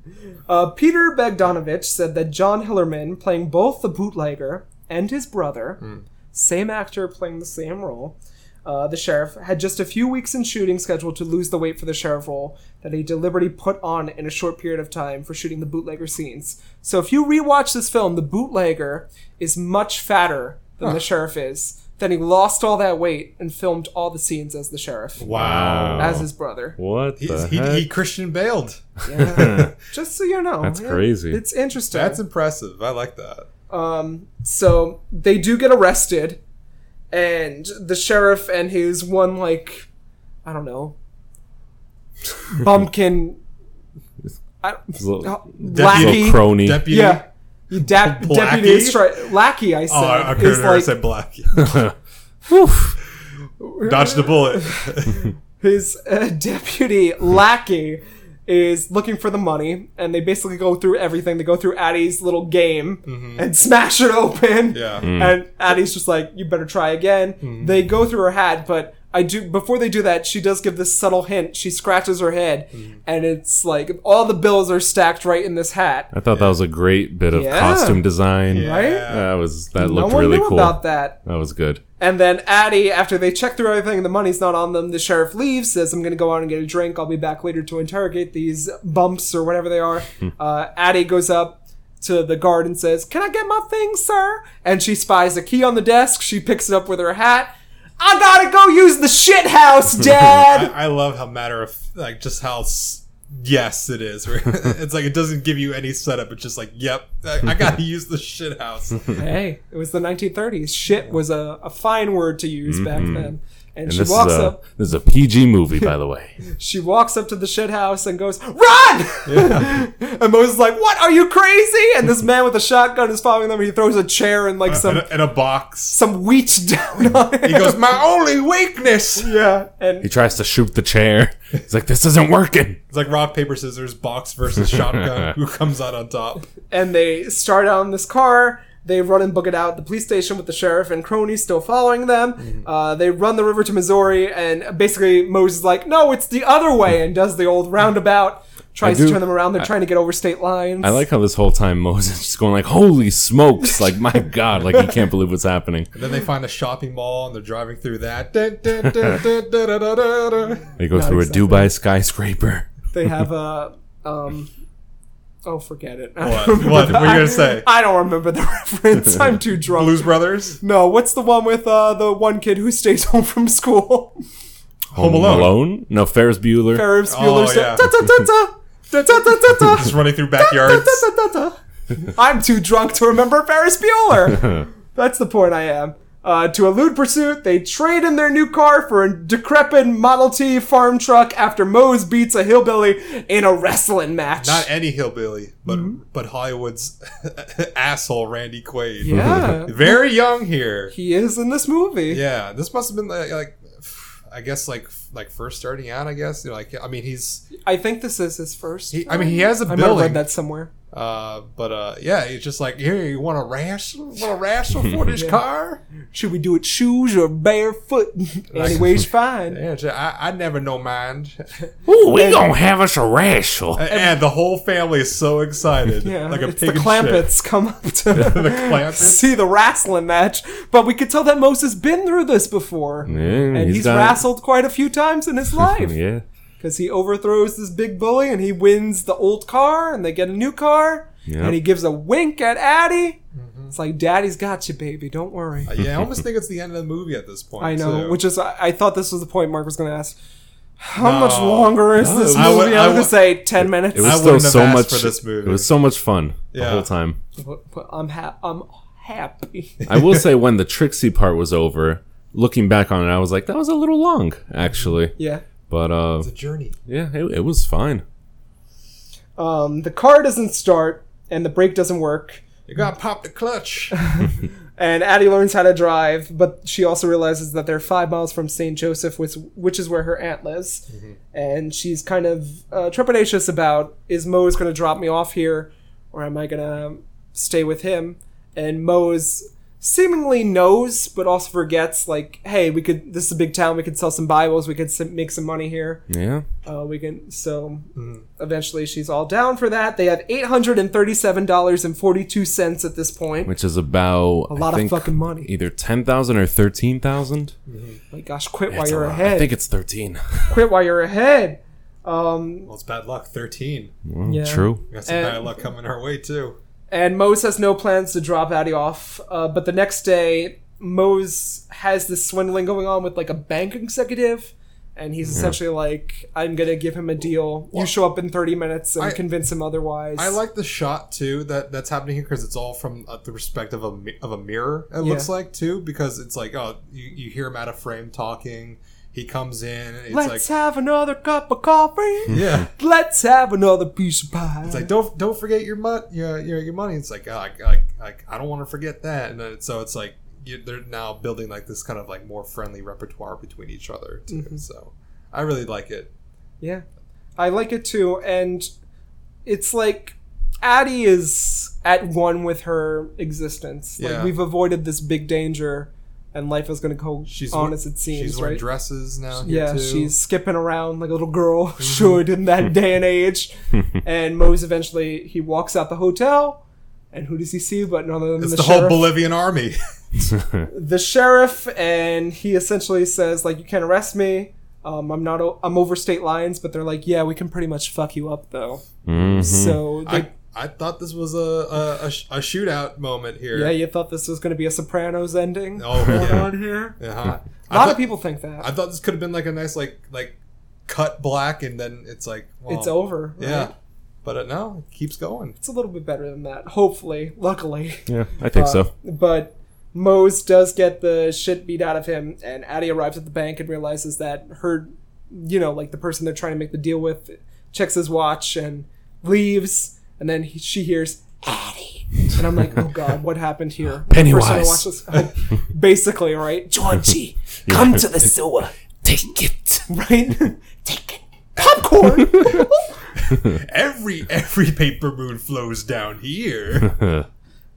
A: Uh, Peter Bogdanovich said that John Hillerman, playing both the bootlegger and his brother,
B: Hmm.
A: same actor playing the same role, uh, the sheriff, had just a few weeks in shooting scheduled to lose the weight for the sheriff role that he deliberately put on in a short period of time for shooting the bootlegger scenes. So if you rewatch this film, the bootlegger is much fatter than the sheriff is. Then he lost all that weight and filmed all the scenes as the sheriff,
C: wow.
A: as his brother.
B: What the
C: He's, he,
B: heck?
C: he Christian bailed.
A: Yeah. just so you know,
B: That's
A: it-
B: crazy.
A: It's interesting.
C: That's impressive. I like that.
A: Um, so they do get arrested, and the sheriff and his one like, I don't
C: [LAUGHS]
A: know, bumpkin. I,
B: His little,
A: lackey,
B: little crony.
C: Deputy. [LAUGHS]
A: yeah, you dap,
C: Blackie?
A: deputy is tri- lackey. I
C: Oh, I, I
A: said
C: couldn't
A: is
C: remember I
A: like
C: said black.
A: [LAUGHS] whew,
C: Dodge the bullet.
A: his uh, [LAUGHS] deputy lackey is looking for the money, and they basically go through everything. They go through Addie's little game and smash it open.
C: Yeah.
A: [LAUGHS]
B: Mm.
A: And Addie's just like, you better try again. They go through her hat, but I do before they do that, she does give this subtle hint. She scratches her head, and it's like all the bills are stacked right in this hat.
B: [LAUGHS] I thought that was a great bit of
A: Yeah.
B: costume design.
A: Right?
B: That was that
A: No
B: looked
A: one
B: really
A: knew
B: cool.
A: about that.
B: That was good.
A: And then Addie, after they check through everything and the money's not on them, the sheriff leaves, says, I'm going to go out and get a drink. I'll be back later to interrogate these bumps or whatever they
B: [LAUGHS]
A: are. uh, Addie goes up to the guard and says, Can I get my things, sir? And she spies a key on the desk. She picks it up with her hat. I got to go use the shit
B: [LAUGHS]
A: house, Dad!
C: I, I love how matter of like just how s- yes it is. [LAUGHS] it's like it doesn't give you any setup. It's just like yep, I, I
A: [LAUGHS]
C: gotta use the shit house.
A: hey, it was the 1930s. Shit was a, a fine word to use back then. And,
B: Mm-hmm. And
A: she
B: this is
A: walks
B: a
A: up.
B: this is a PG movie, by the way.
A: she walks up to the shit house and goes, "Run!" [LAUGHS] and Moses is like, "What? Are you crazy?" And this man with a shotgun is following them. And he throws a chair and like
C: In
A: some
C: a, in a box.
A: some wheat down on it.
C: uh, He
A: [LAUGHS]
C: goes, my only weakness.
A: "Yeah."
B: He
A: And
B: tries to shoot the chair. He's like, "This isn't working."
C: It's like rock paper scissors, box versus
B: [LAUGHS]
C: shotgun. Who comes out on top?
A: and they start out in this car. They run and book it out at the police station with the sheriff and cronies still following them. Uh, they run the river to Missouri, and basically Moses is like, "No, it's the other way," and does the old roundabout. Tries
B: do-
A: to turn them around. They're trying to get over state lines.
B: I like how this whole time Moses is going like, "Holy smokes!"
A: [LAUGHS]
B: Like, my God! Like, he can't believe what's happening.
C: Then they find a shopping mall and they're driving through that. Dun, dun, dun,
A: [LAUGHS]
C: dun, dun, dun, dun, dun.
B: They go through
A: exactly.
B: a Dubai skyscraper.
A: they have a um oh forget it [LAUGHS]
C: What? What? What were you gonna say?
A: i don't remember the [LAUGHS] reference i'm too drunk
C: Blues Brothers.
A: no what's the one with uh the one kid who stays [LAUGHS] home from school [LAUGHS]
B: Home,
C: Alone.
B: No, Ferris Bueller.
A: ferris
C: Oh,
A: bueller's
C: yeah.
A: da, da, da, da, da, da, da, da, da, [LAUGHS]
C: Just running through backyards.
A: da, da, da, da. i'm too drunk to remember ferris bueller that's the point i am uh, to elude pursuit, they trade in their new car for a decrepit Model T farm truck after Mose beats a hillbilly in a wrestling match.
C: Not any hillbilly, but
A: Mm-hmm.
C: but Hollywood's [LAUGHS] asshole Randy Quaid. [LAUGHS]
A: yeah.
C: Very young here.
A: he is in this movie.
C: Yeah, this must have been like, like I guess like like first starting out. I guess you know, like I mean he's
A: I think this is his first.
C: he, I mean he has a
A: I might have read
C: building,
A: that somewhere.
C: uh, but uh, yeah, he's just like here. You want to wrestle? Want to wrestle
A: [LAUGHS]
C: for this car?
A: Should we do it shoes or
C: [LAUGHS]
A: barefoot? Anyways, fine.
C: Yeah, ju- I, I never know mind. [LAUGHS]
B: Ooh, we gonna have us a wrestle.
C: and the whole family is so excited,
A: Yeah,
C: like a
A: it's
C: pig
A: the
C: in shit.
A: Clampets come up
C: [LAUGHS] the
A: to [LAUGHS]
C: Clampets.
A: see the wrestling match, but we could tell that Moses been through this before, and he's,
B: done it.
A: wrestled quite a few times in
C: [LAUGHS]
A: his life
B: Yeah.
A: because he overthrows this big bully and he wins the old car, and they get a new car,
B: Yep.
A: and he gives a wink at Addie.
C: Mm-hmm.
A: It's like Daddy's got you, baby. Don't worry.
C: Yeah, I almost think it's the end of the movie at this point.
A: I know,
C: too.
A: which is I, I thought this was the point Mark was going to ask. How much
C: No.
A: longer is this movie?
C: I
A: I,
C: would- I
A: was going
C: would-
A: to say ten minutes.
B: It was
C: I
B: still
C: wouldn't have
B: so
C: asked
B: much
C: for this movie.
B: It was so much fun the
C: Yeah.
B: whole time.
A: But- but I'm ha- I'm happy.
B: I will say when the Trixie part was over, looking back on it, I was like, that was a little long, actually.
A: [LAUGHS] yeah.
B: But uh,
C: the journey.
B: yeah, it, it was fine.
A: Um, the car doesn't start and the brake doesn't work.
C: You gotta pop
A: [LAUGHS]
C: the clutch.
A: And Addie learns how to drive, but she also realizes that they're five miles from St. Joseph, which, which is where her aunt lives. And she's kind of uh, trepidatious about is Mose going to drop me off here or am I going to stay with him? And Mose seemingly knows, but also forgets, like, hey, we could, this is a big town, we could sell some Bibles, we could s- make some money here.
B: Yeah.
A: Uh, we can so eventually she's all down for that. They have eight hundred and thirty-seven dollars and forty-two cents at this point.
B: Which is about
A: A lot of fucking money.
B: either 10,000 or 13,000.
A: My gosh, quit while
B: It's a
A: you're
B: lot.
A: ahead.
B: I think it's 13.
A: quit while you're ahead.
C: well, it's bad luck. Thirteen.
B: Well,
A: Yeah.
B: True.
C: We got some
A: And-
C: bad luck coming our way too.
A: And Mose has no plans to drop Addie off. Uh, but the next day, Mose has this swindling going on with like a bank executive, and he's essentially like, "I'm gonna give him a deal. you show up in 30 minutes and
C: I-
A: convince him otherwise."
C: I like the shot too that that's happening here because it's all from uh, the perspective of a, mi- of a mirror. It
A: Yeah.
C: looks like too because it's like oh you, you hear him out of frame talking. He comes in. It's like
A: Let's have another cup of coffee. [LAUGHS]
C: yeah. [LAUGHS]
A: Let's have another piece of pie.
C: It's like don't don't forget your mon- your, your your money. It's like oh, I, I, I, I don't want to forget that. And then, so it's like you, they're now building like this kind of like more friendly repertoire between each other too.
A: Mm-hmm.
C: So I really like it.
A: Yeah. I like it too. And it's like Addie is at one with her existence. Like
C: Yeah.
A: we've avoided this big danger and life is gonna go
C: She's
A: on
C: we-
A: as it seems,
C: She's wearing
A: right?
C: dresses now. here,
A: yeah,
C: too. Mm-hmm.
A: she's skipping around like a little girl [LAUGHS] should in
C: [LAUGHS]
A: that day and age. and Mose eventually he walks out the hotel and who does he see but none other than
C: it's
A: the,
C: the whole
A: sheriff [LAUGHS]
C: Bolivian army.
A: the sheriff and he essentially says like you can't arrest me um, i'm not o- i'm over state lines but they're like yeah we can pretty much fuck you up though
B: Mhm.
A: so they,
C: Mm-hmm. I, I thought this was a a, a, sh- a shootout moment here.
A: yeah you thought this was going to be a sopranos ending
C: Oh,
A: going
C: yeah.
A: on here [LAUGHS]
C: Uh-huh.
A: a lot
C: I,
A: of
C: thought,
A: people think that
C: I thought this could have been like a nice like like cut black and then it's like well,
A: it's over right?
C: Yeah, but uh, no, it keeps going.
A: it's a little bit better than that hopefully luckily
B: Yeah, I think
A: Uh,
B: so.
A: but Mose does get the shit beat out of him, and Addie arrives at the bank and realizes that her, you know, like the person they're trying to make the deal with, checks his watch and leaves, and then he, she hears Addie, and I'm like, oh god, what happened here? The person I
D: Pennywise.
A: watched this- oh, [LAUGHS] basically, right, [LAUGHS]
D: Georgie, come to the sewer. Take it.
A: right.
D: [LAUGHS] Take it.
A: Popcorn.
D: [LAUGHS]
C: Every [LAUGHS] every paper moon flows
B: [LAUGHS]
C: down here.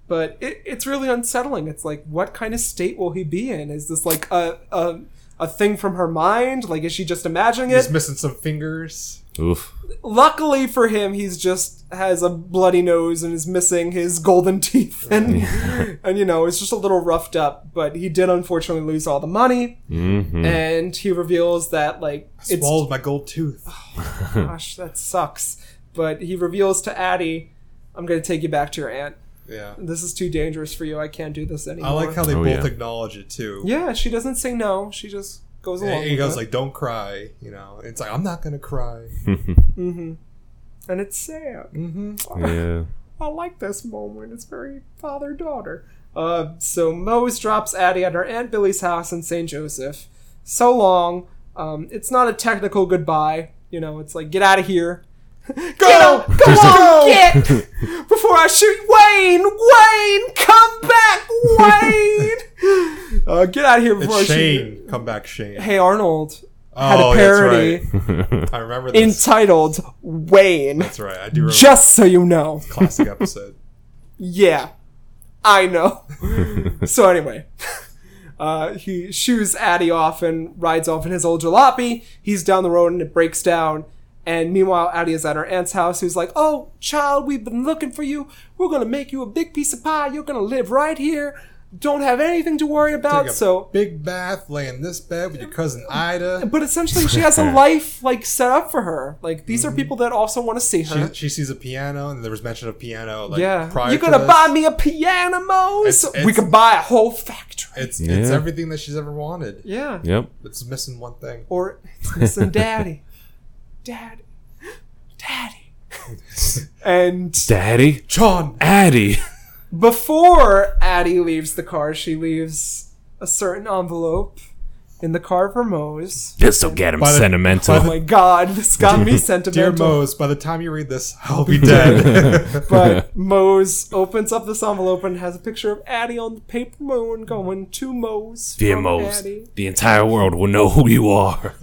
A: but it, it's really unsettling. It's like, what kind of state will he be in? Is this like a a, a thing from her mind? Like, is she just imagining it?
C: He's missing some fingers.
B: Oof.
A: luckily for him, he's just has a bloody nose and is missing his golden teeth, [LAUGHS] and and you know it's just a little roughed up. But he did unfortunately lose all the money,
B: Mm-hmm.
A: and he reveals that like it's
C: Swallowed my gold tooth.
A: gosh that sucks. But he reveals to Addie, "I'm going to take you back to your aunt.
C: Yeah,
A: This is too dangerous for you. I can't do this anymore."
C: I like how they
B: Oh,
C: both
B: yeah.
C: acknowledge it too.
A: yeah, she doesn't say no. She just goes along.
C: And he
A: with
C: goes
A: it.
C: like, "Don't cry," you know. It's like I'm not gonna cry.
A: and it's sad.
C: Mm-hmm.
B: Yeah.
A: I like this moment. It's very father daughter. Uh, so Mose drops Addie at her Aunt Billy's house in St. Joseph. So long. Um, it's not a technical goodbye. You know, it's like, get out of here. [LAUGHS] Go! Come on! Get! [LAUGHS] Before I shoot Wayne! Wayne! Come back,
C: [LAUGHS]
A: Wayne! uh, get out of here before
C: It's
A: I shoot you.
C: Shane, come back, Shane.
A: Hey Arnold had
C: oh,
A: a parody
C: That's right. I remember this.
A: entitled Wayne.
C: that's right. I do remember
A: Just so you know. [LAUGHS]
C: classic episode.
A: Yeah, I know. so anyway, [LAUGHS] uh, he shoos Addy off and rides off in his old jalopy. He's down the road and it breaks down. And meanwhile, Addie is at her aunt's house, who's like, "Oh, child, we've been looking for you. We're gonna make you a big piece of pie. You're gonna live right here. Don't have anything to worry about."
C: Take a
A: So
C: big bath, lay in this bed with your cousin Ida.
A: but essentially she has a life like set up for her like these are people that also want to see her
C: She, she sees a piano, and there was mention of piano. Like,
A: yeah
C: prior
A: you're
C: to
A: gonna
C: this.
A: buy me a piano Mose?
C: It's-
A: we
C: it's-
A: could buy a whole factory
C: It's it's
B: Yeah.
C: everything that she's ever wanted.
A: yeah
B: Yep.
C: It's missing one thing.
A: or [LAUGHS] it's missing daddy. Daddy.
C: [LAUGHS]
A: Daddy. and
B: Daddy,
C: John,
B: Addy. [LAUGHS]
A: before Addie leaves the car, she leaves a certain envelope in the car for Mose.
B: This'll get him
C: By the-
B: sentimental.
A: Oh my god, this got me
C: dear
A: sentimental.
C: Mose, by the time you read this, [LAUGHS] I'll be dead. [LAUGHS]
A: But Mose opens up this envelope and has a picture of Addie on the paper moon going to Mose.
B: Dear
A: from
B: Mose,
A: Addie."
B: the entire world will know who you are.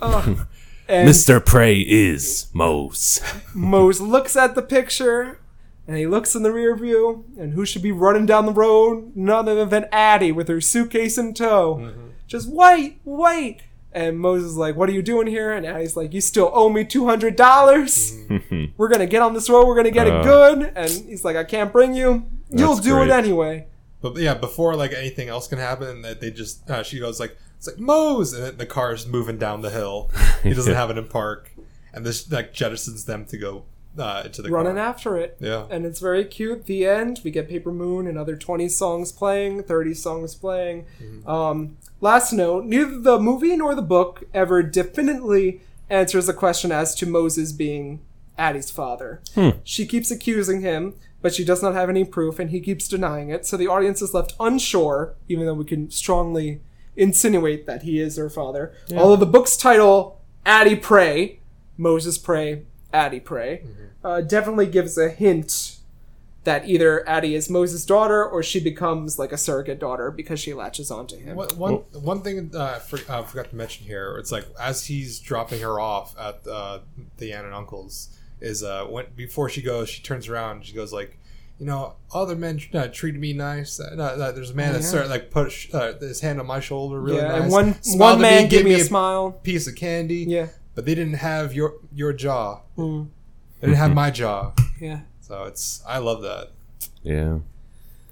A: And
B: Mr. Prey is Mose.
A: Mose looks at the picture and he looks in the rear view, and who should be running down the road? None other than Addie with her suitcase in tow.
B: Mm-hmm.
A: Just wait, wait. And Moses is like, What are you doing here? And Addie's like, You still owe me $200. dollars We're going to get on this road. We're going to get
B: Mm-hmm. Uh.
A: it good. And he's like, I can't bring you. You'll
B: That's
A: do
B: great.
A: it anyway.
C: but yeah, before like anything else can happen, that they just uh, she goes like it's like Mose, and then the car's moving down the hill. He doesn't have it in park, and this like jettisons them to go uh, into the
A: running
C: car.
A: after it.
C: Yeah.
A: And it's very cute. The end, we get Paper Moon, another 20 songs playing, 30 songs playing. Um, last note neither the movie nor the book ever definitely answers the question as to Moses being Addie's father. She keeps accusing him, but she does not have any proof, and he keeps denying it. So the audience is left unsure, even though we can strongly insinuate that he is her father. Although the book's title, Addie Pray, Moses Pray, Addie Pray,
C: Mm-hmm.
A: uh, definitely gives a hint that either Addie is Moses' daughter or she becomes like a surrogate daughter because she latches onto him.
C: One, one, one thing uh, I for, uh, forgot to mention here, it's like as he's dropping her off at uh, the aunt and uncle's, is uh, when before she goes, she turns around and she goes like, you know, other men uh, treated me nice. Uh, no, no, there's a man that started like put sh- uh, his hand on my shoulder really
A: yeah,
C: nice.
A: and one
C: smiled
A: one
C: at
A: man
C: and
A: gave me a,
C: a
A: smile.
C: piece of candy.
A: Yeah. Hmm.
C: but they didn't have your your jaw. They didn't have my jaw.
A: Yeah.
C: So it's I love that,
B: Yeah.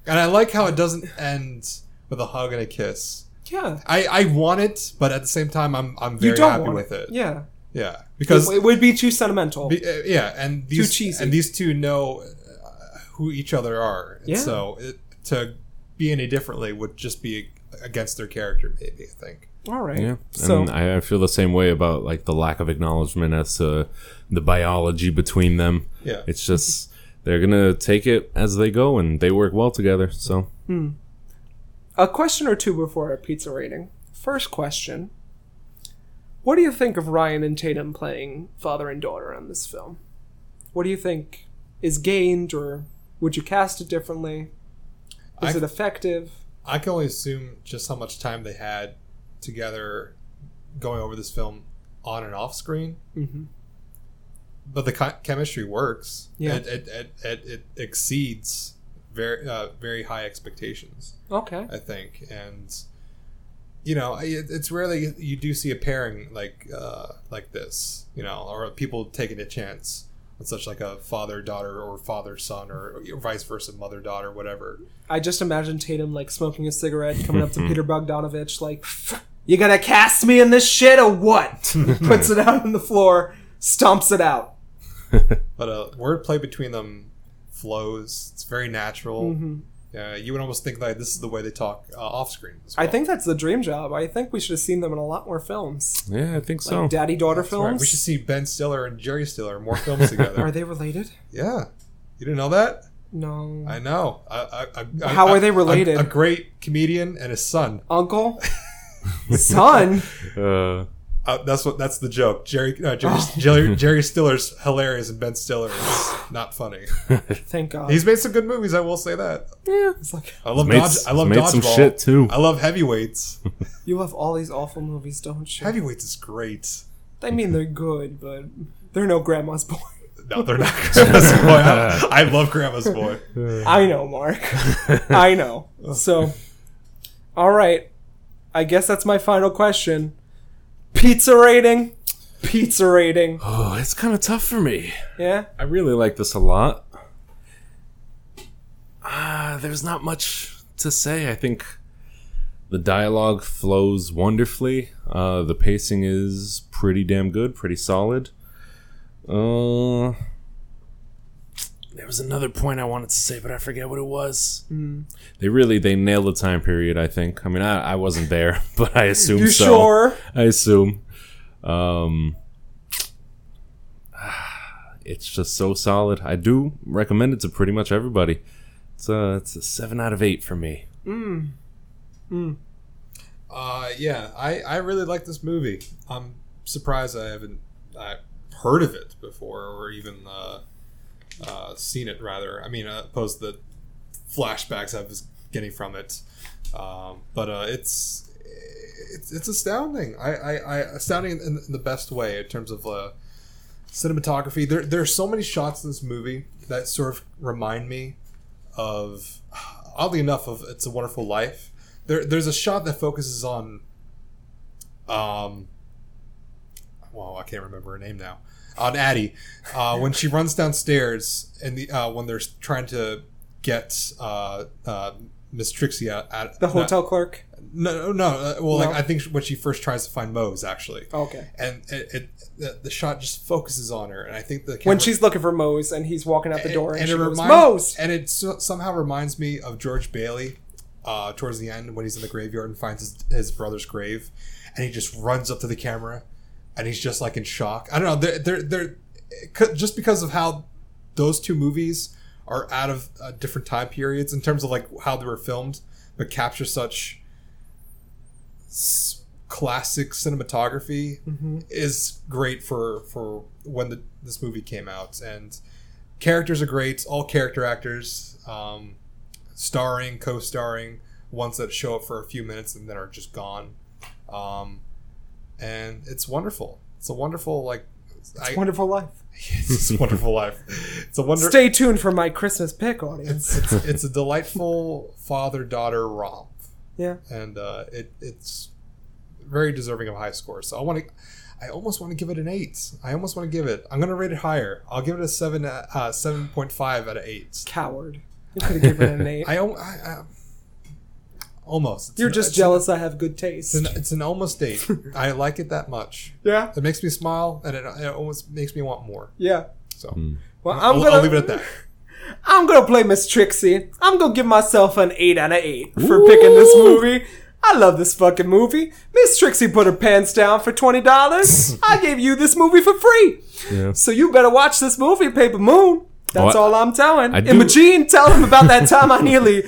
C: and I like how it doesn't end with a hug and a kiss.
A: Yeah.
C: I, I want it, but at the same time, I'm I'm
A: You
C: very
A: don't
C: happy
A: want
C: with it.
A: Yeah.
C: Yeah,
A: Because
C: because
A: it would be too sentimental.
C: be- uh, yeah, and these
A: cheesy.
C: and these two know uh, who each other are. And
A: Yeah.
C: So it, to be any differently would just be against their character. Maybe I think.
A: All right.
B: Yeah.
A: So
B: and I, I feel the same way about like the lack of acknowledgement as to the biology between them.
C: Yeah.
B: It's just they're gonna take it as they go, and they work well together. So
A: a question or two before our pizza rating. First question. What do you think of Ryan and Tatum playing father and daughter on this film? What do you think is gained or would you cast it differently? Is
C: I-
A: it effective?
C: I can only assume just how much time they had together going over this film on and off screen.
A: Mm-hmm.
C: but the co- chemistry works.
A: Yeah.
C: It, it, it, it, it exceeds very uh, very high expectations,
A: Okay.
C: I think, and you know I- it, it's rarely you do see a pairing like uh, like this, you know, or people taking a chance on such like a father daughter or father son or vice versa mother daughter whatever.
A: I just imagine Tatum like smoking a cigarette, coming up to Peter Bogdanovich, like, "You gonna cast me in this shit or what?" Puts it out on the floor, stomps it out.
C: But uh, wordplay between them flows. It's very natural.
A: Mm-hmm.
C: Yeah, you would almost think like this is the way they talk uh, off screen. As
A: I
C: well.
A: think that's the dream job. I think we should have seen them in a lot more films,
B: yeah, I think so.
A: like daddy daughter
C: That's right.
A: films.
C: We should see Ben Stiller and Jerry Stiller in more films together.
A: [LAUGHS] Are they related?
C: Yeah, you didn't know that?
A: No.
C: I know. I, I, I,
A: How
C: I-
A: are they
C: a-
A: related?
C: A, great comedian and his son.
A: [LAUGHS] Uncle, son.
B: uh,
C: Uh, that's what. That's the joke. Jerry, uh, Jerry, [LAUGHS] Jerry, Jerry Stiller's hilarious, and Ben Stiller is not funny.
A: [LAUGHS] Thank God.
C: He's made some good movies. I will say that.
A: yeah. It's like
C: I love
B: made-
C: Dodge. I love
B: made
C: Dodgeball.
B: some shit, too.
C: I love Heavyweights.
A: you love all these awful movies, don't you?
C: Heavyweights is great.
A: I mean, they're good, but they're no grandma's [LAUGHS] boy.
C: No,
B: [LAUGHS]
C: they're not Grandma's Boy. I, I love Grandma's Boy.
A: I know, [LAUGHS] Mark. I know. So, all right. I guess that's my final question. Pizza rating. Pizza [GASPS] rating.
B: oh, it's kind of tough for me.
A: Yeah.
B: I really like this a lot. Ah, there's not much to say. I think the dialogue flows wonderfully. Uh, the pacing is pretty damn good, pretty solid. Uh, there was another point I wanted to say, but I forget what it was. They really they nailed the time period. I think. I mean, I, I wasn't there, [LAUGHS] but I assume
A: You
B: so.
A: sure?
B: I assume. Um, [SIGHS] it's just so solid. I do recommend it to pretty much everybody. It's a, it's a seven out of eight for me.
C: Uh, yeah, I, I really like this movie. I'm surprised I haven't I heard of it before or even uh, uh, seen it, rather. I mean, uh, opposed to the flashbacks I was getting from it. Um, but uh, it's, it's it's astounding. I, I, I astounding in, in the best way in terms of uh, cinematography. There there are so many shots in this movie that sort of remind me of oddly enough of It's a Wonderful Life. There, there's a shot that focuses on, um, well, I can't remember her name now. On Addie, uh, when she runs downstairs and the uh, when they're trying to get uh, uh, Miss Trixie out, out
A: The
C: not-
A: hotel clerk.
C: No, no, no. uh, Well, like
A: No?
C: I think sh- when she first tries to find Moe's, actually.
A: Okay.
C: And it, it the, the shot just focuses on her, and I think the camera,
A: When she's looking for Moe's and he's walking out the
C: and-
A: door and,
C: and,
A: she
C: it
A: goes,
C: reminds
A: Moe's!
C: and it so, somehow reminds me of George Bailey. Uh, towards the end, when he's in the graveyard and finds his, his brother's grave, and he just runs up to the camera, and he's just like in shock. I don't know. They're they're, they're it could- just because of how those two movies are out of uh, different time periods in terms of like how they were filmed, but capture such s- classic cinematography is great for for when the, this movie came out and characters are great all character actors um, starring co-starring ones that show up for a few minutes and then are just gone um, and it's wonderful it's a wonderful like I-
A: Wonderful life.
C: [LAUGHS] it's a wonderful life it's a wonder
A: Stay tuned for my Christmas pick, audience.
C: it's, it's, it's a delightful father-daughter romp
A: Yeah.
C: and uh, it it's very deserving of a high score. So I want to, I almost want to give it an eight. I almost want to give it. I'm gonna rate it higher. I'll give it a seven, uh, uh, seven point five out of eight.
A: [LAUGHS] Coward. You could have given it an eight.
C: I, al- I, I almost. It's
A: You're
C: an-
A: just
C: it's
A: jealous I have good taste.
C: An, it's, an, it's an almost
A: [LAUGHS]
C: eight. I like it that much.
A: yeah.
C: It makes me smile, and it, it almost makes me want more.
A: Yeah.
C: So
A: Well,
C: i
A: I'm
C: will
A: gonna
C: I'll leave it at that.
A: I'm gonna play Miss Trixie. I'm gonna give myself an eight out of eight for picking this movie. I love this fucking movie. Miss Trixie put her pants down for twenty
C: [LAUGHS]
A: dollars. I gave you this movie for free,
B: Yeah.
A: so you better watch this movie, Paper Moon. That's
B: Oh, I-
A: all I'm telling.
B: I
A: and
B: do-
A: Machine, tell him about that time
C: [LAUGHS]
A: I nearly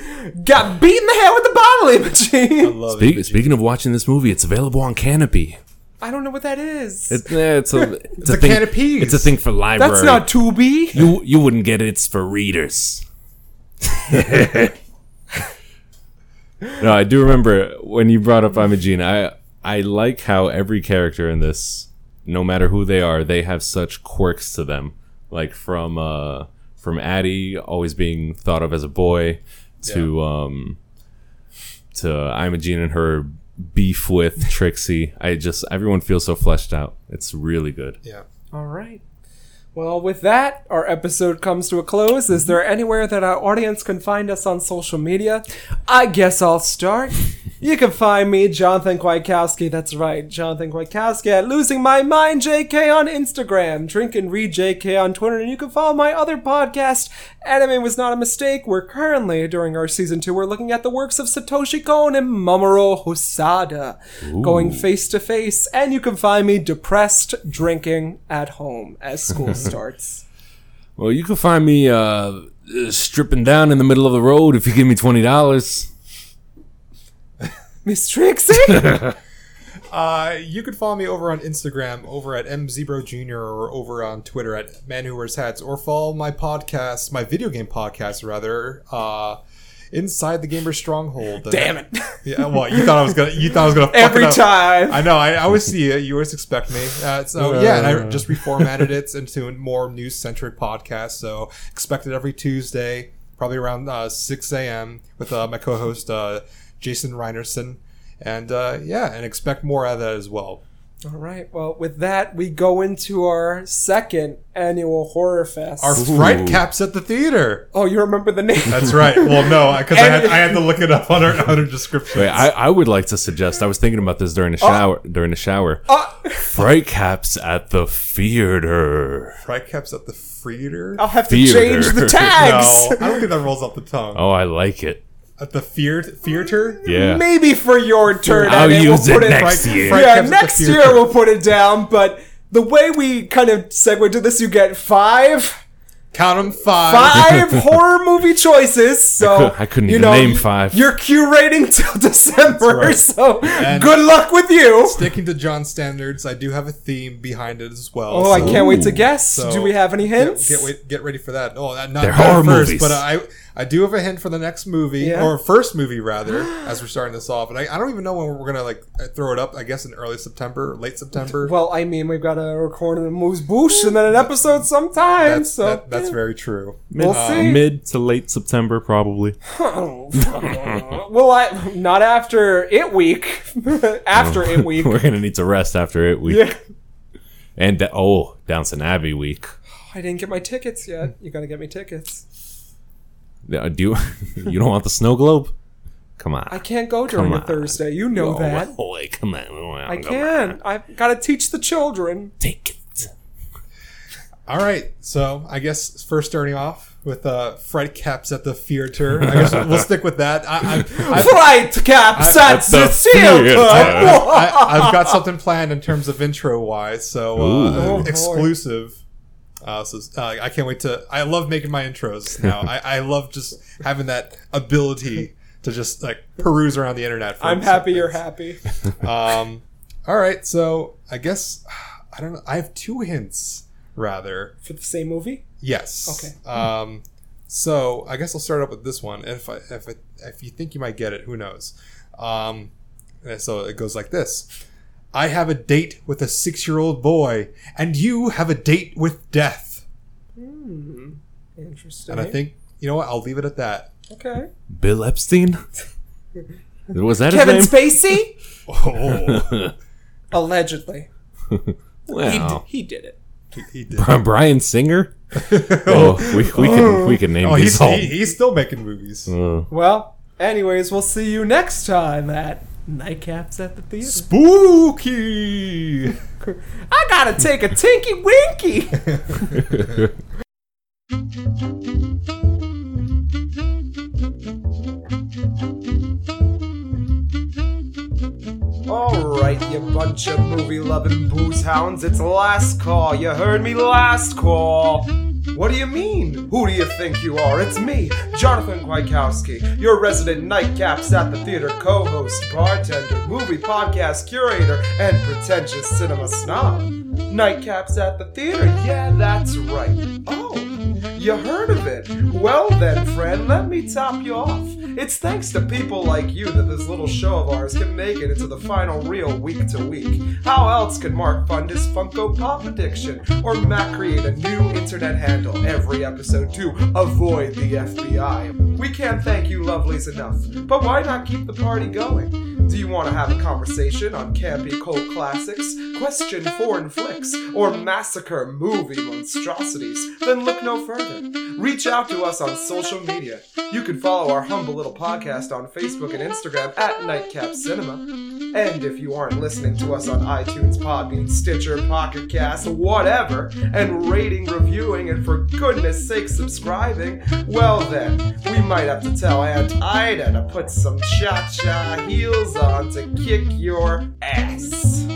A: got beat in the head with a bottle. Imogene,
C: Love
B: Speak, speaking of watching this movie, it's available on Canopy.
A: I don't know what that is.
B: It's, eh, it's [LAUGHS] a, it's a,
C: a
B: thing.
C: Canopy.
B: It's a thing for library.
A: That's not Tubi.
B: you. You wouldn't get it. It's for readers. no, I do remember when you brought up Imogene. I I like how every character in this, no matter who they are, they have such quirks to them. Like from uh, from Addie always being thought of as a boy to um, to Imogene and her beef with Trixie. I just everyone feels so fleshed out. It's really good.
C: Yeah.
A: All right. Well, with that, our episode comes to a close. Is there anywhere that our audience can find us on social media? I guess I'll start. you can find me, Jonathan Kwiatkowski. That's right, Jonathan Kwiatkowski at Losing My Mind JK on Instagram, Drink and Read JK on Twitter, and you can follow my other podcast, Anime Was Not a Mistake. We're currently, during our season two, we're looking at the works of Satoshi Kon and Mamoru Hosada, going face to face. And you can find me depressed, drinking at home as
C: [LAUGHS]
A: school starts.
B: Well, you can find me uh, stripping down in the middle of the road if you give me twenty dollars.
A: Miss
C: [LAUGHS]
A: Trixie?
C: Uh, you can follow me over on Instagram, over at mzebro jr, or over on Twitter at man who wears hats, or follow my podcast, my video game podcast rather, uh, inside the gamer stronghold.
A: Damn it.
C: Yeah, well, you thought I was gonna, you thought I
A: [LAUGHS]
C: was gonna fuck it
A: Every
C: up.
A: time.
C: I know. I, I always see it. You always expect me. Uh, so yeah, and I just reformatted it [LAUGHS] into a more news centric podcast. So expect it every Tuesday, probably around uh, six a.m. with uh, my co-host uh, Jason Reinerson, and uh, yeah, and expect more out of that as well.
A: All right. Well, with that, we go into our second annual horror fest.
C: Our fright caps at the theater.
A: oh, you remember the name? [LAUGHS]
C: [LAUGHS] That's right. Well, no, because I, had, I had to look it up on our, on our description.
B: Wait, I, I would like to suggest. I was thinking about this during the shower. during the shower,
A: Oh,
B: fright caps at the theater.
C: fright caps at the theater.
A: I'll have to
B: Theater.
A: change the
B: [LAUGHS]
C: No,
A: tags.
C: I don't think that rolls off the tongue.
B: Oh, I like it.
C: At the fear theater.
B: Yeah,
A: Maybe for your turn.
B: I'll
A: Eddie, we'll
B: use it
A: put
B: next year.
C: Frank
A: yeah,
C: Cap's at the
A: next
C: theater.
A: year we'll put it down. But the way we kind of segue to this, you get five,
C: Count them
B: [LAUGHS]
C: five.
A: five horror movie choices. So
B: I couldn't
A: you
B: even
A: know,
B: name five.
A: You're curating till [LAUGHS] December,
C: right.
A: so
C: And-
A: good luck with you.
C: Sticking to John standards, I do have a theme behind it as well.
A: Oh, I
C: so-
A: can't wait to guess. Do
C: so
A: we have any
C: Get,
A: hints?
C: get, wait, get ready for that. Oh, that, not,
B: They're
C: not
B: horror
C: first,
B: movies.
C: but I I do have a hint for the next movie
A: Yeah.
C: or first movie
A: [GASPS]
C: rather, as we're starting this off. And I, I don't even know when we're gonna like uh, throw it up. I guess in early September, late September.
A: Well, I mean, we've got to record a moose boosh and then an episode sometime.
C: that's
A: so
C: that, that's very true.
A: we'll see.
B: Uh, mid to late September probably.
A: Oh, [LAUGHS] well, I not after it week. [LAUGHS] after
B: [LAUGHS]
A: it week.
C: Oh,
B: We're gonna need to rest after it week.
A: [LAUGHS] Yeah. Oh,
B: And da- oh, Downton Abbey week.
A: I didn't get my tickets yet. You gotta get me tickets.
B: [LAUGHS] Uh, Do you, you don't want the snow globe? Come on.
A: I can't go during
B: Come
A: a
B: on.
A: Thursday. You know
B: Oh,
A: that.
B: boy, come on.
A: I can. I've got to teach the children.
B: Take it.
C: All right, so I guess first starting off with uh, Fred Caps at the theater. I guess we'll stick with that. I,
A: [LAUGHS]
C: I, I've,
A: Flight caps at
B: the
A: the theater.
C: [LAUGHS]
B: theater.
C: I, I've got something planned in terms of intro wise, so
B: Ooh.
C: uh,
A: Oh, boy.
C: exclusive. Uh, so uh, I can't wait to. I love making my intros now. I, I love just having that ability to just like peruse around the internet. For
A: I'm happy you're
C: something.
A: happy.
C: Um, all right, so I guess I don't know. I have two hints rather.
A: For the same movie?
C: Yes.
A: Okay.
C: Okay. Um, so I guess I'll start up with this one. And if I, if I, if you think you might get it, who knows? Um, and so it goes like this: I have a date with a six-year-old boy, and you have a date with death.
A: Hmm. Interesting.
C: And I think you know what? I'll leave it at that.
A: Okay.
B: Bill Epstein? [LAUGHS] Was that
A: Kevin
B: his name?
A: Spacey?
C: [LAUGHS] Oh,
A: Allegedly. He,
B: wow.
A: d- he did it.
C: he, he did.
B: Bri- Brian Singer? Oh, we, we can we can name
C: Oh,
B: these
C: he's
B: all.
C: he, he's still making movies.
B: Uh,
A: Well, anyways, we'll see you next time at Nightcaps at the Theater.
C: Spooky.
A: I gotta take a tinky winky! [LAUGHS] Alright, you bunch of movie loving booze hounds, it's last call. You heard me last call. What do you mean? Who do you think you are? It's me, Jonathan Kwiatkowski, your resident nightcaps at the theater co host, bartender, movie podcast curator, and pretentious cinema snob. Nightcaps at the theater, yeah, that's right. Oh. You heard of it. Well then, friend, let me top you off. It's thanks to people like you that this little show of ours can make it into the final reel week to week. How else could Mark fund his Funko Pop addiction? Or Matt create a new internet handle every episode to avoid the FBI? We can't thank you lovelies enough, but why not keep the party going? Do you want to have a conversation on campy cult classics, question foreign flicks, or massacre movie monstrosities? Then look no further. Reach out to us on social media. You can follow our humble little podcast on Facebook and Instagram at Nightcap Cinema. And if you aren't listening to us on iTunes, Podbean, Stitcher, Pocket Cast, whatever, and rating, reviewing, and for goodness sake subscribing, well then, we might have to tell Aunt Ida to put some cha cha heels on to kick your ass.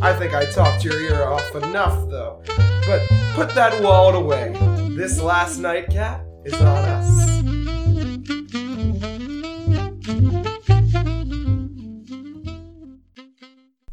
A: I think I talked your ear off enough though, but put that wallet away. This last nightcap is on us.